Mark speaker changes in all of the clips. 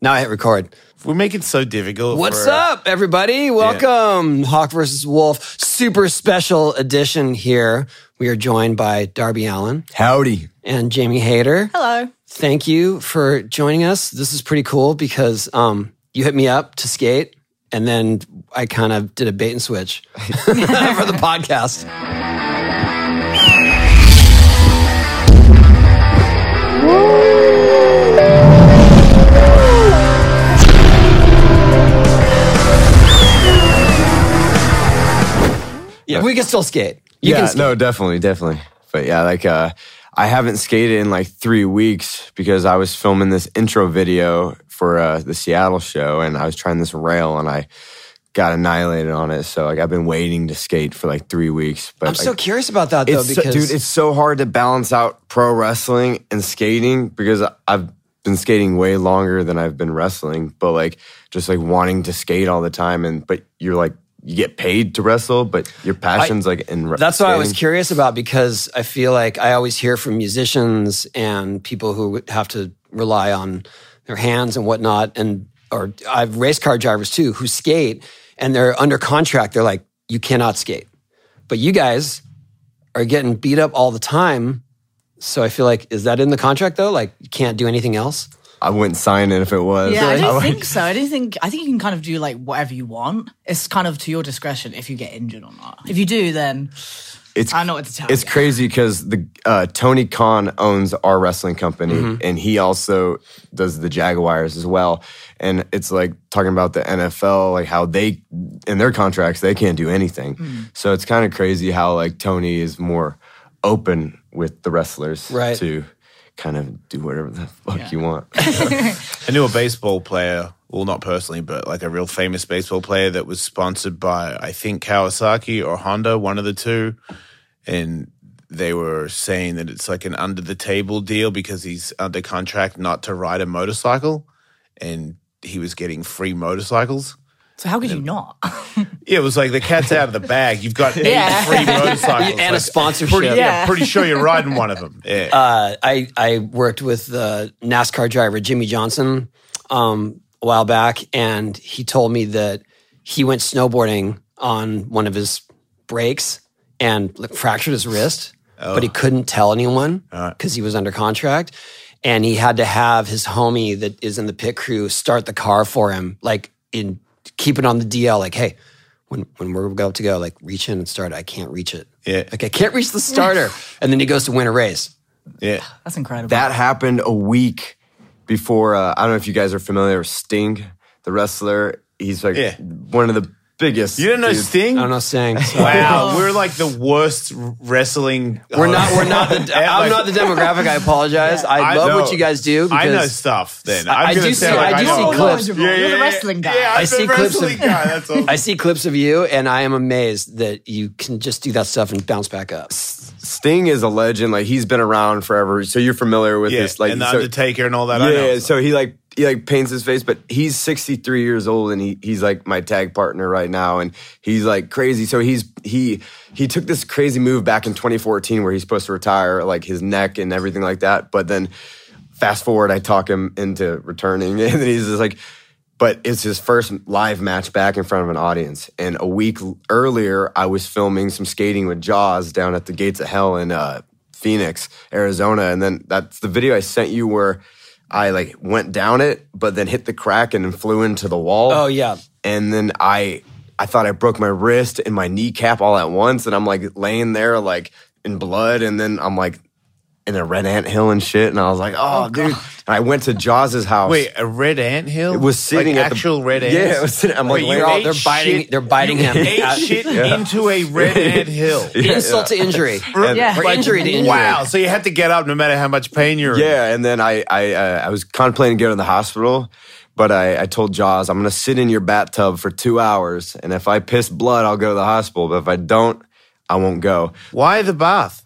Speaker 1: Now I hit record. uh,
Speaker 2: We're making it so difficult.
Speaker 1: What's
Speaker 2: for- uh,
Speaker 1: up, everybody? Welcome, Hawk versus Wolf, super special edition here. We are joined by Darby Allen
Speaker 3: Howdy.
Speaker 1: and Jamie Hayter.
Speaker 4: Hello.
Speaker 1: Thank you for joining us. This is pretty cool because um, you hit me up to skate, and then I kind of did a bait and switch for the podcast. Yeah, we can still skate. You
Speaker 3: yeah,
Speaker 1: can skate.
Speaker 3: no, definitely, definitely. But yeah, like uh I haven't skated in like three weeks because I was filming this intro video for uh, the Seattle show and I was trying this rail and I got annihilated on it. So like I've been waiting to skate for like three weeks. But
Speaker 1: I'm so
Speaker 3: like,
Speaker 1: curious about that though,
Speaker 3: it's so-
Speaker 1: because
Speaker 3: dude, it's so hard to balance out pro wrestling and skating because I've been skating way longer than I've been wrestling, but like just like wanting to skate all the time and but you're like you get paid to wrestle, but your passion's like in re-
Speaker 1: That's what I was
Speaker 3: skating.
Speaker 1: curious about because I feel like I always hear from musicians and people who would have to rely on their hands and whatnot, and or I've race car drivers too who skate and they're under contract. They're like, you cannot skate, but you guys are getting beat up all the time. So I feel like is that in the contract though? Like you can't do anything else.
Speaker 3: I wouldn't sign it if it was.
Speaker 4: Yeah, I
Speaker 3: I
Speaker 4: don't
Speaker 3: like-
Speaker 4: think so. I don't think. I think you can kind of do like whatever you want. It's kind of to your discretion if you get injured or not. If you do, then
Speaker 3: it's
Speaker 4: I don't know what to tell
Speaker 3: it's
Speaker 4: you.
Speaker 3: crazy because the uh, Tony Khan owns our wrestling company,
Speaker 2: Mm-hmm.
Speaker 3: and he also does the Jaguars as well. And it's like talking about the NFL, like how they in their contracts they can't do anything.
Speaker 2: Mm.
Speaker 3: So it's kind of crazy how like Tony is more open with the wrestlers
Speaker 1: Right.
Speaker 3: to kind of do whatever the fuck
Speaker 4: Yeah.
Speaker 3: you want.
Speaker 2: I knew a baseball player, well, not personally, but like a real famous baseball player that was sponsored by, I think, Kawasaki or Honda, one of the two. And they were saying that it's like an under the table deal because he's under contract not to ride a motorcycle. And he was getting free motorcycles.
Speaker 4: So how could you not?
Speaker 2: Yeah, it was like the cat's out of the bag. You've got eight
Speaker 4: Yeah.
Speaker 2: free motorcycles.
Speaker 1: And a
Speaker 2: Like,
Speaker 1: sponsorship.
Speaker 2: Pretty, yeah.
Speaker 4: Yeah.
Speaker 2: pretty sure you're riding one of them. Yeah.
Speaker 1: uh, I I worked with the NASCAR driver Jimmy Johnson um, a while back, and he told me that he went snowboarding on one of his breaks and like, fractured his wrist, but he couldn't tell anyone because he was under contract, and he had to have his homie that is in the pit crew start the car for him, like in keep it on the DL, like hey. When, when we're about to go, like reach in and start, it. I can't reach it.
Speaker 2: Yeah.
Speaker 1: Like I can't reach the starter. and then he goes to win a race.
Speaker 2: yeah.
Speaker 4: That's incredible.
Speaker 3: That happened a week before. Uh, I don't know if you guys are familiar with Sting, the wrestler. He's like
Speaker 2: Yeah.
Speaker 3: one of the biggest.
Speaker 2: You didn't know
Speaker 3: dudes.
Speaker 2: Sting?
Speaker 1: I'm not saying.
Speaker 2: Wow, we're like the worst wrestling.
Speaker 1: We're not. We're not. The,
Speaker 2: Yeah,
Speaker 1: I'm
Speaker 2: like-
Speaker 1: not the demographic. I apologize. I,
Speaker 2: I
Speaker 1: love
Speaker 2: know.
Speaker 1: what you guys do. Because
Speaker 2: I know stuff. Then
Speaker 1: I-
Speaker 2: I'm
Speaker 1: I
Speaker 2: gonna
Speaker 1: do
Speaker 2: sound
Speaker 1: see-
Speaker 2: like
Speaker 1: I do
Speaker 2: know
Speaker 1: see
Speaker 2: a lot.
Speaker 1: clips.
Speaker 4: You're the wrestling guy.
Speaker 2: Yeah,
Speaker 4: I
Speaker 2: I'm
Speaker 1: see
Speaker 2: the
Speaker 1: clips of-
Speaker 2: wrestling guy. That's all.
Speaker 1: I see clips of you, and I am amazed that you can just do that stuff and bounce back up.
Speaker 3: Sting is a legend. Like he's been around forever. So you're familiar with
Speaker 2: yeah,
Speaker 3: this. Like
Speaker 2: and the
Speaker 3: so-
Speaker 2: Undertaker and all that.
Speaker 3: yeah.
Speaker 2: I know.
Speaker 3: yeah, So he like he like paints his face, but he's 63 years old and he he's like my tag partner right now, and he's like crazy. So he's he he took this crazy move back in 2014 where he's supposed to retire, like his neck and everything like that. But then fast forward, I talk him into returning, and then he's just like. But it's his first live match back in front of an audience. And a week l- earlier, I was filming some skating with Jaws down at the Gates of Hell in uh, Phoenix, Arizona. And then that's the video I sent you where I like went down it, but then hit the crack and then flew into the wall.
Speaker 1: Oh yeah.
Speaker 3: And then I I thought I broke my wrist and my kneecap all at once. And I'm like laying there like in blood. And then I'm like in a red ant hill and shit. And I was like, oh, dude. And I went to Jaws's house.
Speaker 2: Wait, a red ant hill?
Speaker 3: It was sitting
Speaker 2: like
Speaker 3: at the-
Speaker 2: actual red ant.
Speaker 3: Yeah, it was sitting- I'm like,
Speaker 1: They're, all, they're biting. They're biting him.
Speaker 2: Ate
Speaker 1: Uh,
Speaker 2: shit into a red ant hill.
Speaker 1: Insult to injury.
Speaker 4: Yeah.
Speaker 1: Or
Speaker 4: Like,
Speaker 1: injury to injury.
Speaker 2: Wow! So you had to get up no matter how much pain you're in.
Speaker 3: Yeah, and then I I, uh, I was contemplating going to the hospital, but I, I told Jaws I'm going to sit in your bathtub for two hours, and if I piss blood, I'll go to the hospital. But if I don't, I won't go.
Speaker 2: Why the bath?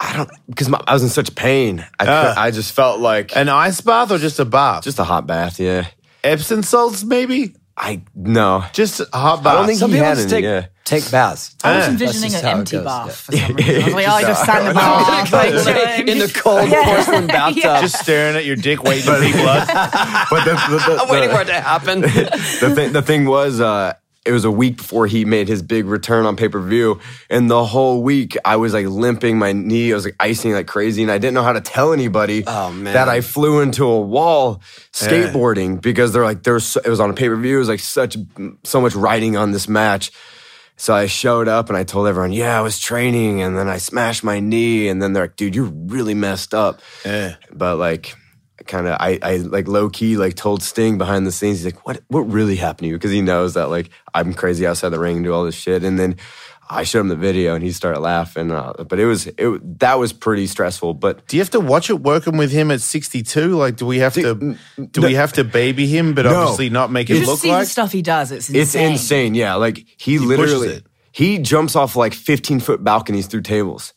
Speaker 3: I don't because I was in such pain. I cou-
Speaker 2: Ah.
Speaker 3: I just felt like
Speaker 2: An ice bath or just a bath?
Speaker 3: just a hot bath. Yeah,
Speaker 2: Epsom salts, maybe.
Speaker 3: I no.
Speaker 2: Just a hot bath.
Speaker 3: I don't think
Speaker 1: Some
Speaker 3: he
Speaker 1: people
Speaker 3: had
Speaker 1: just
Speaker 3: any,
Speaker 1: take,
Speaker 3: yeah.
Speaker 1: take baths.
Speaker 4: I was
Speaker 2: Yeah.
Speaker 4: envisioning
Speaker 1: That's just
Speaker 4: an
Speaker 1: how it
Speaker 4: empty
Speaker 1: goes,
Speaker 4: bath for some reason. I was like, oh,
Speaker 3: uh,
Speaker 4: I just stand in the
Speaker 1: Like,
Speaker 4: bath. like,
Speaker 1: like,
Speaker 4: chilling.
Speaker 1: in the cold porcelain bathtub.
Speaker 2: just staring at your dick, waiting to be blood.
Speaker 3: But the, the, the,
Speaker 1: I'm waiting
Speaker 3: the-
Speaker 1: for it to happen.
Speaker 3: the thing, the thing was, uh, it was a week before he made his big return on pay per view, and the whole week I was like limping, my knee I was like icing like crazy, and I didn't know how to tell anybody
Speaker 1: Oh, man.
Speaker 3: that I flew into a wall skateboarding because they're like there's it was on a pay per view, it was like such so much riding on this match. So I showed up and I told everyone, yeah, I was training, and then I smashed my knee, and then they're like, dude, you're really messed up
Speaker 2: Yeah.
Speaker 3: but like kind of I, I like low key like told Sting behind the scenes he's like what what really happened to you because he knows that like I'm crazy outside the ring and do all this shit and then I showed him the video and he started laughing uh, but it was it that was pretty stressful but
Speaker 2: Do you have to watch it working with him at 62? Like, do we have to do we have to baby him, but obviously not make
Speaker 4: you
Speaker 2: it
Speaker 4: just
Speaker 2: look
Speaker 4: see
Speaker 2: like?
Speaker 4: the stuff he does. It's insane.
Speaker 3: it's insane yeah like he,
Speaker 2: pushes
Speaker 3: literally
Speaker 2: it.
Speaker 3: he jumps off like 15 foot balconies through tables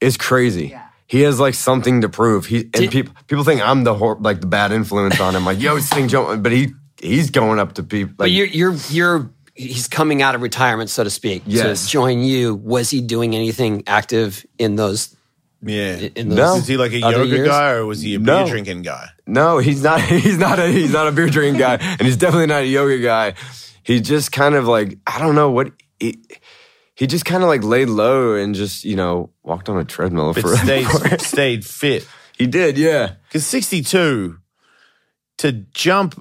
Speaker 3: it's crazy he has like something to prove he and people people think I'm the hor- like the bad influence on him like yo Sting jump but he he's going up to people like
Speaker 1: But you're, you're, you're, he's coming out of retirement, so to speak.
Speaker 3: Yes.
Speaker 1: To join you, was he doing anything active in those?
Speaker 2: Yeah.
Speaker 1: In those
Speaker 3: No.
Speaker 2: Is he like a
Speaker 1: other
Speaker 2: yoga
Speaker 1: years?
Speaker 2: guy or was he a beer
Speaker 3: No.
Speaker 2: drinking guy?
Speaker 3: No, he's not. He's not a. He's not a beer drinking guy, and he's definitely not a yoga guy. He just kind of like I don't know what he. He just kind of like laid low and just you know walked on a treadmill
Speaker 2: But
Speaker 3: for.
Speaker 2: stayed stayed fit.
Speaker 3: he did, yeah.
Speaker 2: Because 62 to jump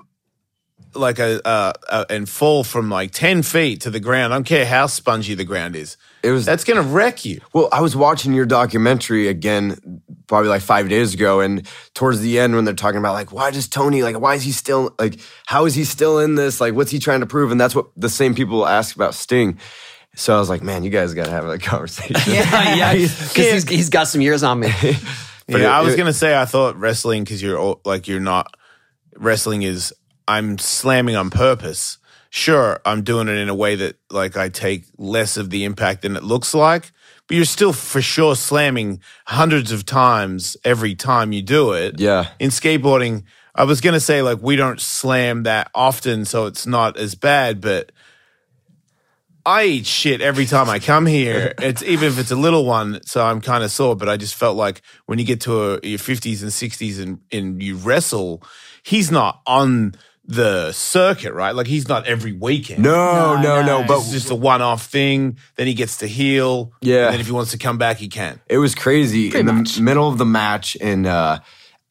Speaker 2: like a uh, uh, and fall from like 10 feet to the ground, I don't care how spongy the ground is,
Speaker 3: It was
Speaker 2: that's going to wreck you.
Speaker 3: Well, I was watching your documentary again, probably like five days ago, and towards the end when they're talking about like, why does Tony like, why is he still like, how is he still in this? Like, what's he trying to prove? And that's what the same people ask about Sting. So I was like, man, you guys got to have that conversation.
Speaker 1: yeah, because he's, he's got some years on me.
Speaker 2: But
Speaker 3: it-
Speaker 2: I was
Speaker 3: it-
Speaker 2: going to say, I thought wrestling, because you're all, like, you're not, wrestling is, I'm slamming on purpose. Sure, I'm doing it in a way that like I take less of the impact than it looks like, but you're still for sure slamming hundreds of times every time you do it.
Speaker 3: Yeah.
Speaker 2: in skateboarding, I was gonna say like we don't slam that often, so it's not as bad, but I eat shit every time I come here. It's even if it's a little one, so I'm kind of sore. But I just felt like when you get to a, your 50s and 60s and and you wrestle, he's not on the circuit, right? Like he's not every weekend.
Speaker 3: No, no, no. But
Speaker 2: It's just a one-off thing. Then he gets to heal.
Speaker 3: Yeah.
Speaker 2: And then if he wants to come back, he can.
Speaker 3: It was crazy in the
Speaker 4: much.
Speaker 3: middle of the match in uh,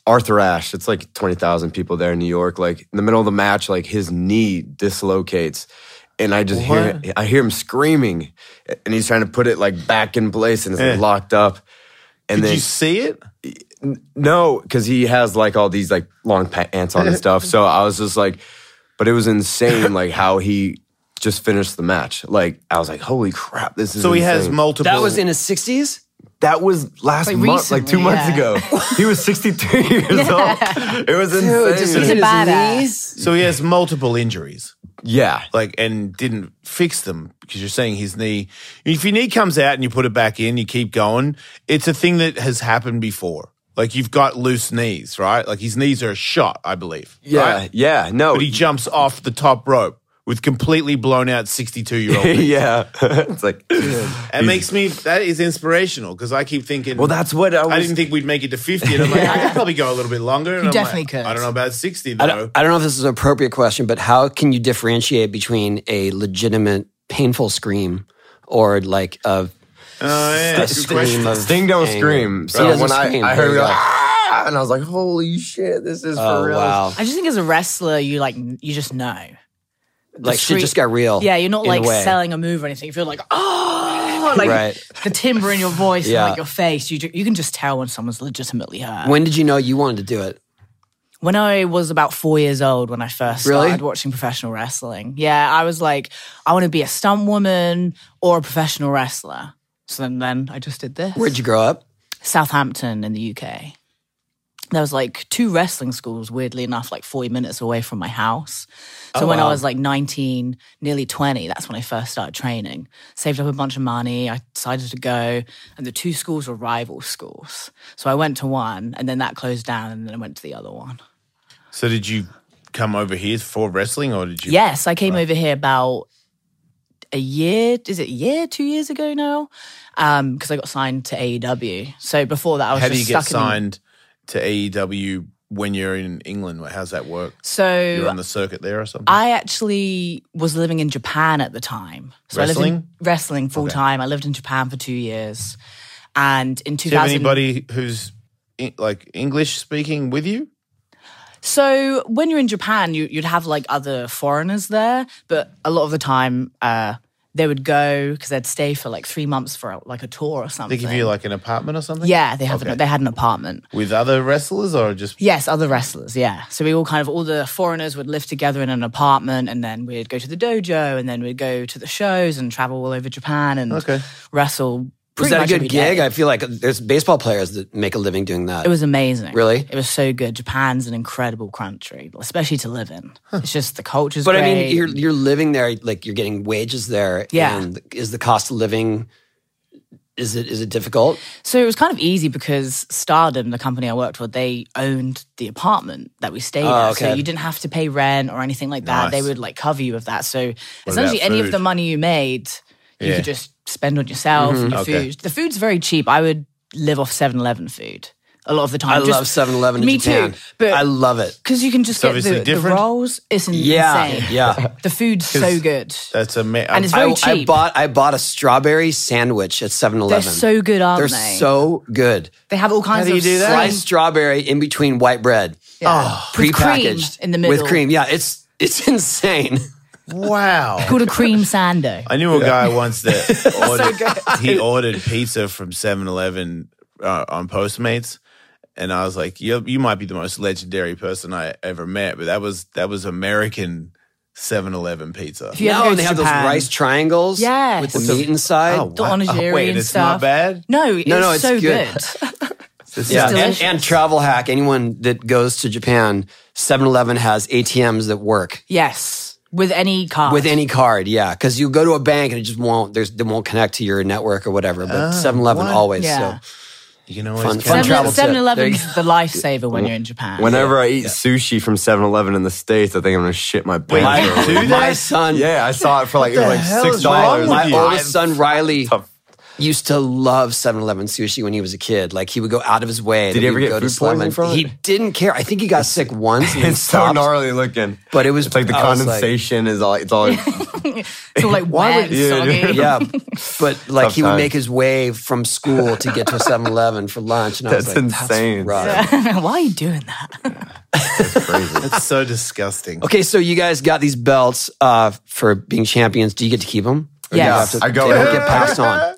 Speaker 3: Arthur Ashe. It's like twenty thousand people there in New York. Like in the middle of the match, like his knee dislocates, and I just hear I hear him screaming, and he's trying to put it like back in place, and it's like,
Speaker 2: Eh.
Speaker 3: locked up. And
Speaker 2: Did
Speaker 3: then
Speaker 2: you see it?
Speaker 3: no, because he has like all these like long pants on and stuff. So I was just like, but it was insane, like how he just finished the match. Like I was like, holy crap, this is
Speaker 2: So he has
Speaker 3: insane.
Speaker 2: multiple.
Speaker 1: That was in his 60s?
Speaker 3: That was last
Speaker 4: Like
Speaker 3: month, like two
Speaker 4: recently,
Speaker 3: months
Speaker 4: yeah.
Speaker 3: ago. He was 63 years old. It was
Speaker 1: Dude,
Speaker 3: insane.
Speaker 1: just
Speaker 4: He's
Speaker 1: hit
Speaker 4: a
Speaker 1: his
Speaker 4: badass.
Speaker 1: knees?
Speaker 2: so he has multiple injuries.
Speaker 3: yeah.
Speaker 2: like and didn't fix them because you're saying his knee. If your knee comes out and you put it back in, you keep going. It's a thing that has happened before. Like you've got loose knees, right? Like his knees are shot, I believe.
Speaker 3: Yeah.
Speaker 2: right?
Speaker 3: Yeah. No.
Speaker 2: but he jumps off the top rope with completely blown out 62 year old.
Speaker 3: yeah. it's like,
Speaker 2: It makes me that is inspirational because I keep thinking.
Speaker 3: well, that's what I was.
Speaker 2: I didn't think we'd make it to 50, and I'm like, I could probably go a little bit longer. And I'm
Speaker 4: definitely
Speaker 2: like,
Speaker 4: could.
Speaker 2: I don't know about 60
Speaker 1: I
Speaker 2: though.
Speaker 1: don't, I don't know if this is an appropriate question, but how can you differentiate between a legitimate painful scream or like a,
Speaker 2: Oh, yeah,
Speaker 1: a
Speaker 2: good question.
Speaker 1: scream of
Speaker 3: Sting don't
Speaker 1: anger?
Speaker 3: scream.
Speaker 1: He
Speaker 3: So
Speaker 1: doesn't
Speaker 3: when I,
Speaker 1: scream.
Speaker 3: I
Speaker 1: There
Speaker 3: heard
Speaker 1: you
Speaker 3: it,
Speaker 1: go.
Speaker 3: ah, and I was like, holy shit, this is
Speaker 1: oh
Speaker 3: for real.
Speaker 1: wow,
Speaker 4: I just think as a wrestler, you like you just know.
Speaker 1: like
Speaker 4: scream-
Speaker 1: shit just got real.
Speaker 4: Yeah, you're not
Speaker 1: in a
Speaker 4: like
Speaker 1: way.
Speaker 4: selling a move or anything. If you're like, oh, like
Speaker 1: Right.
Speaker 4: the timbre in your voice,
Speaker 1: Yeah.
Speaker 4: and, like your face, you ju- you can just tell when someone's legitimately hurt.
Speaker 1: When did you know you wanted to do it?
Speaker 4: when I was about four years old, when I first
Speaker 1: Really?
Speaker 4: started watching professional wrestling, yeah, I was like, I want to be a stunt woman or a professional wrestler. So then, then I just did this.
Speaker 1: Where'd you grow up?
Speaker 4: Southampton in the UK. There was like two wrestling schools, weirdly enough, like 40 minutes away from my house. So
Speaker 2: Oh,
Speaker 4: when I was like 19, nearly 20, that's when I first started training. Saved up a bunch of money. I decided to go. And the two schools were rival schools. So I went to one and then that closed down and then I went to the other one.
Speaker 2: So did you come over here for wrestling, or did you?
Speaker 4: Yes, I came over here about a year. Is it a year? Two years ago now? Because I got signed to AEW. So before that, I was
Speaker 2: How do
Speaker 4: just
Speaker 2: you get
Speaker 4: stuck in.
Speaker 2: signed to AEW when you're in England? How's that work? You're
Speaker 4: So
Speaker 2: on the circuit there or something?
Speaker 4: I actually was living in Japan at the time. So I lived
Speaker 2: Wrestling?
Speaker 4: in wrestling full time. I lived in Japan for two years, and in
Speaker 2: do you have
Speaker 4: 2000.
Speaker 2: anybody who's en- like English speaking with you?
Speaker 4: So when you're in Japan, you, you'd have like other foreigners there, but a lot of the time uh, they would go because they'd stay for like three months for like a tour or
Speaker 2: They
Speaker 4: something.
Speaker 2: give you like an apartment or something?
Speaker 4: yeah, they have
Speaker 2: Okay.
Speaker 4: an, they had an apartment.
Speaker 2: With other wrestlers or just
Speaker 4: Yes, other wrestlers. Yeah, so we all kind of all the foreigners would live together in an apartment, and then we'd go to the dojo, and then we'd go to the shows and travel all over Japan and
Speaker 2: Okay.
Speaker 4: wrestle.
Speaker 1: Was
Speaker 4: pretty
Speaker 1: that a
Speaker 4: much
Speaker 1: good
Speaker 4: every day.
Speaker 1: gig? I feel like there's baseball players that make a living doing that.
Speaker 4: It was amazing.
Speaker 1: Really?
Speaker 4: It was so good. Japan's an incredible country, especially to live in. It's just the culture's
Speaker 1: but
Speaker 4: great.
Speaker 1: I mean, you're you're living there, like you're getting wages there.
Speaker 4: Yeah.
Speaker 1: And is the cost of living? Is it is it difficult?
Speaker 4: So it was kind of easy because Stardom, the company I worked for, they owned the apartment that we stayed
Speaker 1: Oh,
Speaker 4: at. So
Speaker 1: okay.
Speaker 4: you didn't have to pay rent or anything like that. They
Speaker 2: Nice.
Speaker 4: would like cover you with that. So
Speaker 2: about
Speaker 4: essentially, any of
Speaker 2: food?
Speaker 4: the money you made, you
Speaker 2: Yeah.
Speaker 4: could just spend on yourself
Speaker 1: Mm-hmm.
Speaker 4: and your
Speaker 2: Okay.
Speaker 4: food. The food's very cheap. I would live off 7 Eleven food a lot of the time.
Speaker 1: I
Speaker 4: Just-
Speaker 1: love 7-Eleven in
Speaker 4: Me
Speaker 1: Japan.
Speaker 4: too. But
Speaker 1: I love it.
Speaker 4: because you can just get
Speaker 2: obviously
Speaker 4: the, the
Speaker 2: different.
Speaker 4: rolls. It's insane.
Speaker 1: Yeah, yeah.
Speaker 4: The food's so good.
Speaker 2: that's a ma-
Speaker 4: And it's
Speaker 1: I,
Speaker 4: very
Speaker 1: I
Speaker 4: cheap.
Speaker 1: bought I bought a strawberry sandwich at 7-Eleven.
Speaker 4: They're so good, aren't
Speaker 1: They're
Speaker 4: they?
Speaker 1: so good.
Speaker 4: they have all kinds
Speaker 2: do
Speaker 4: of
Speaker 2: you do that?
Speaker 4: slice-
Speaker 1: Sliced strawberry in between white bread. Oh,
Speaker 4: yeah. With cream
Speaker 1: Prepackaged
Speaker 4: in the middle.
Speaker 1: with cream. Yeah, it's it's insane.
Speaker 2: wow.
Speaker 4: Called a cream sando.
Speaker 2: I knew a guy once that ordered, he ordered pizza from 7-Eleven uh, on Postmates, and I was like, "You you might be the most legendary person I ever met," but that was that was American 7-Eleven pizza.
Speaker 4: you ever
Speaker 1: no,
Speaker 4: go
Speaker 1: and
Speaker 4: to
Speaker 1: they have
Speaker 4: Japan-
Speaker 1: those rice triangles
Speaker 4: Yes.
Speaker 1: with the meat inside.
Speaker 2: Oh,
Speaker 4: the
Speaker 2: wow.
Speaker 4: onigiri
Speaker 2: Wait,
Speaker 4: and
Speaker 2: it's
Speaker 4: stuff.
Speaker 2: not bad.
Speaker 4: No, it's,
Speaker 1: No, no, it's
Speaker 4: so
Speaker 1: good.
Speaker 4: good.
Speaker 2: This
Speaker 1: yeah.
Speaker 2: is
Speaker 1: and,
Speaker 4: delicious.
Speaker 1: and travel hack. Anyone that goes to Japan, 7-Eleven has ATMs that work.
Speaker 4: yes, with any card.
Speaker 1: With any card, yeah, because you go to a bank and it just won't. There's they won't connect to your network or whatever. But 7-Eleven
Speaker 2: Oh, what?
Speaker 1: always.
Speaker 4: Yeah.
Speaker 1: So
Speaker 2: you know
Speaker 1: Fun-
Speaker 2: what?
Speaker 1: fun travel tip.
Speaker 4: 7
Speaker 1: There you
Speaker 4: Eleven's the lifesaver when you're in Japan.
Speaker 3: Whenever I eat sushi from 7-Eleven in the States, I think I'm gonna shit my pants.
Speaker 2: you
Speaker 3: over
Speaker 2: do
Speaker 3: it.
Speaker 2: that?
Speaker 1: my son,
Speaker 3: yeah, I saw it for like it was
Speaker 2: the
Speaker 3: like
Speaker 2: hell is
Speaker 3: six dollars.
Speaker 2: wrong
Speaker 1: my
Speaker 2: with you?
Speaker 1: oldest son Riley
Speaker 3: Tough.
Speaker 1: used to love 7-Eleven sushi when he was a kid. Like he would go out of his way.
Speaker 3: Did
Speaker 1: that
Speaker 3: he ever
Speaker 1: we would
Speaker 3: get
Speaker 1: go to
Speaker 3: food
Speaker 1: Slam
Speaker 3: poisoning
Speaker 1: and-
Speaker 3: from it?
Speaker 1: He didn't care. I think he got sick once. And
Speaker 3: It's so
Speaker 1: stopped,
Speaker 3: gnarly looking.
Speaker 1: But it was
Speaker 3: It's like the
Speaker 1: I was
Speaker 3: condensation is all. It's all.
Speaker 4: It's all like wet and
Speaker 3: yeah,
Speaker 4: soggy.
Speaker 3: dude.
Speaker 1: yeah, but like
Speaker 3: Tough
Speaker 1: he would
Speaker 3: times.
Speaker 1: make his way from school to get to a 7-Eleven for lunch, and I was
Speaker 3: That's
Speaker 1: like,
Speaker 3: insane.
Speaker 1: "That's rough."
Speaker 4: Why are you doing that?
Speaker 2: That's so disgusting.
Speaker 1: Okay, so you guys got these belts uh, for being champions. Do you get to keep them?
Speaker 4: Yes.
Speaker 1: I
Speaker 3: I
Speaker 1: go.
Speaker 3: go,
Speaker 1: They don't
Speaker 3: "Yeah."
Speaker 1: get passed on.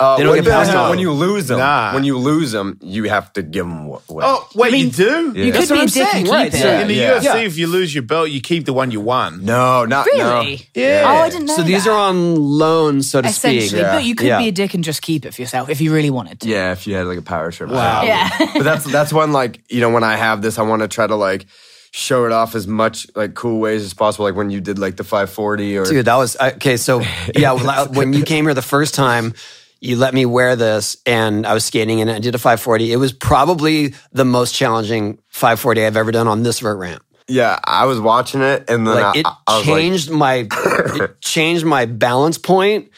Speaker 3: Uh,
Speaker 1: They don't
Speaker 3: when,
Speaker 1: get passed
Speaker 3: no,
Speaker 1: on.
Speaker 3: when you lose them.
Speaker 2: Nah.
Speaker 3: When you lose them, you have to give them away.
Speaker 2: Oh wait, you do?
Speaker 4: You could
Speaker 1: what
Speaker 4: be a
Speaker 1: I'm
Speaker 4: dick
Speaker 1: saying,
Speaker 4: and keep
Speaker 1: right,
Speaker 4: it.
Speaker 1: so-
Speaker 2: In the
Speaker 3: Yeah.
Speaker 2: UFC,
Speaker 1: Yeah.
Speaker 2: if you lose your belt, you keep the one you won.
Speaker 3: no, not
Speaker 4: Really?
Speaker 3: No.
Speaker 4: Oh, I didn't know.
Speaker 1: So these
Speaker 4: that.
Speaker 1: are on loan, so to speak.
Speaker 4: essentially, but you could
Speaker 1: Yeah.
Speaker 4: be a dick and just keep it for yourself if you really wanted to.
Speaker 3: Yeah, if you had like a power trip.
Speaker 2: Wow.
Speaker 4: Yeah.
Speaker 3: but that's that's one like you know when I have this, I want to try to like show it off as much like cool ways as possible. Like when you did like the 540 or
Speaker 1: Dude, that was I- okay. So yeah, when I- when you came here the first time, you let me wear this, and I was skating in it. I did a 540. It was probably the most challenging 540 I've ever done on this vert ramp.
Speaker 3: yeah, I was watching it and then
Speaker 1: Like
Speaker 3: I,
Speaker 1: it
Speaker 3: I was like,
Speaker 1: changed my it changed my balance point,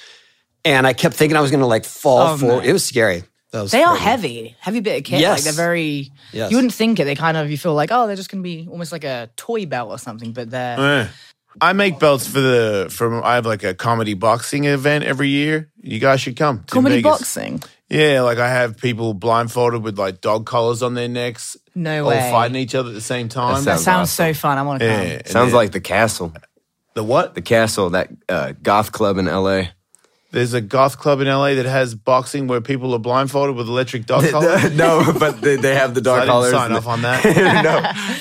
Speaker 1: and I kept thinking I was going to like fall
Speaker 4: Oh,
Speaker 1: forward.
Speaker 4: man.
Speaker 1: It was scary. That was
Speaker 4: They are
Speaker 1: frightening.
Speaker 4: heavy, heavy bit of kit.
Speaker 1: Yes.
Speaker 4: Like they're very.
Speaker 1: Yes.
Speaker 4: You wouldn't think it. They kind of you feel like oh they're just gonna be almost like a toy belt or something, but they're
Speaker 2: Eh. I make belts for the from I have like a comedy boxing event every year. You guys should come. It's in
Speaker 4: comedy
Speaker 2: Vegas.
Speaker 4: boxing.
Speaker 2: Yeah, like I have people blindfolded with like dog collars on their necks.
Speaker 4: No
Speaker 2: all
Speaker 1: Oh,
Speaker 4: way.
Speaker 2: fighting each other at the same time.
Speaker 4: That
Speaker 3: That
Speaker 4: sounds so fun. I want to come.
Speaker 2: Yeah, and
Speaker 3: sounds
Speaker 2: then-
Speaker 3: like the castle,
Speaker 2: the what?
Speaker 3: the castle that uh, goth club in L.A.
Speaker 2: There's a goth club in LA that has boxing where people are blindfolded with electric dog collars.
Speaker 3: no, but they, they have the
Speaker 2: I
Speaker 3: dark
Speaker 2: didn't
Speaker 3: collars.
Speaker 2: sign
Speaker 3: and-
Speaker 2: off on that.
Speaker 3: no,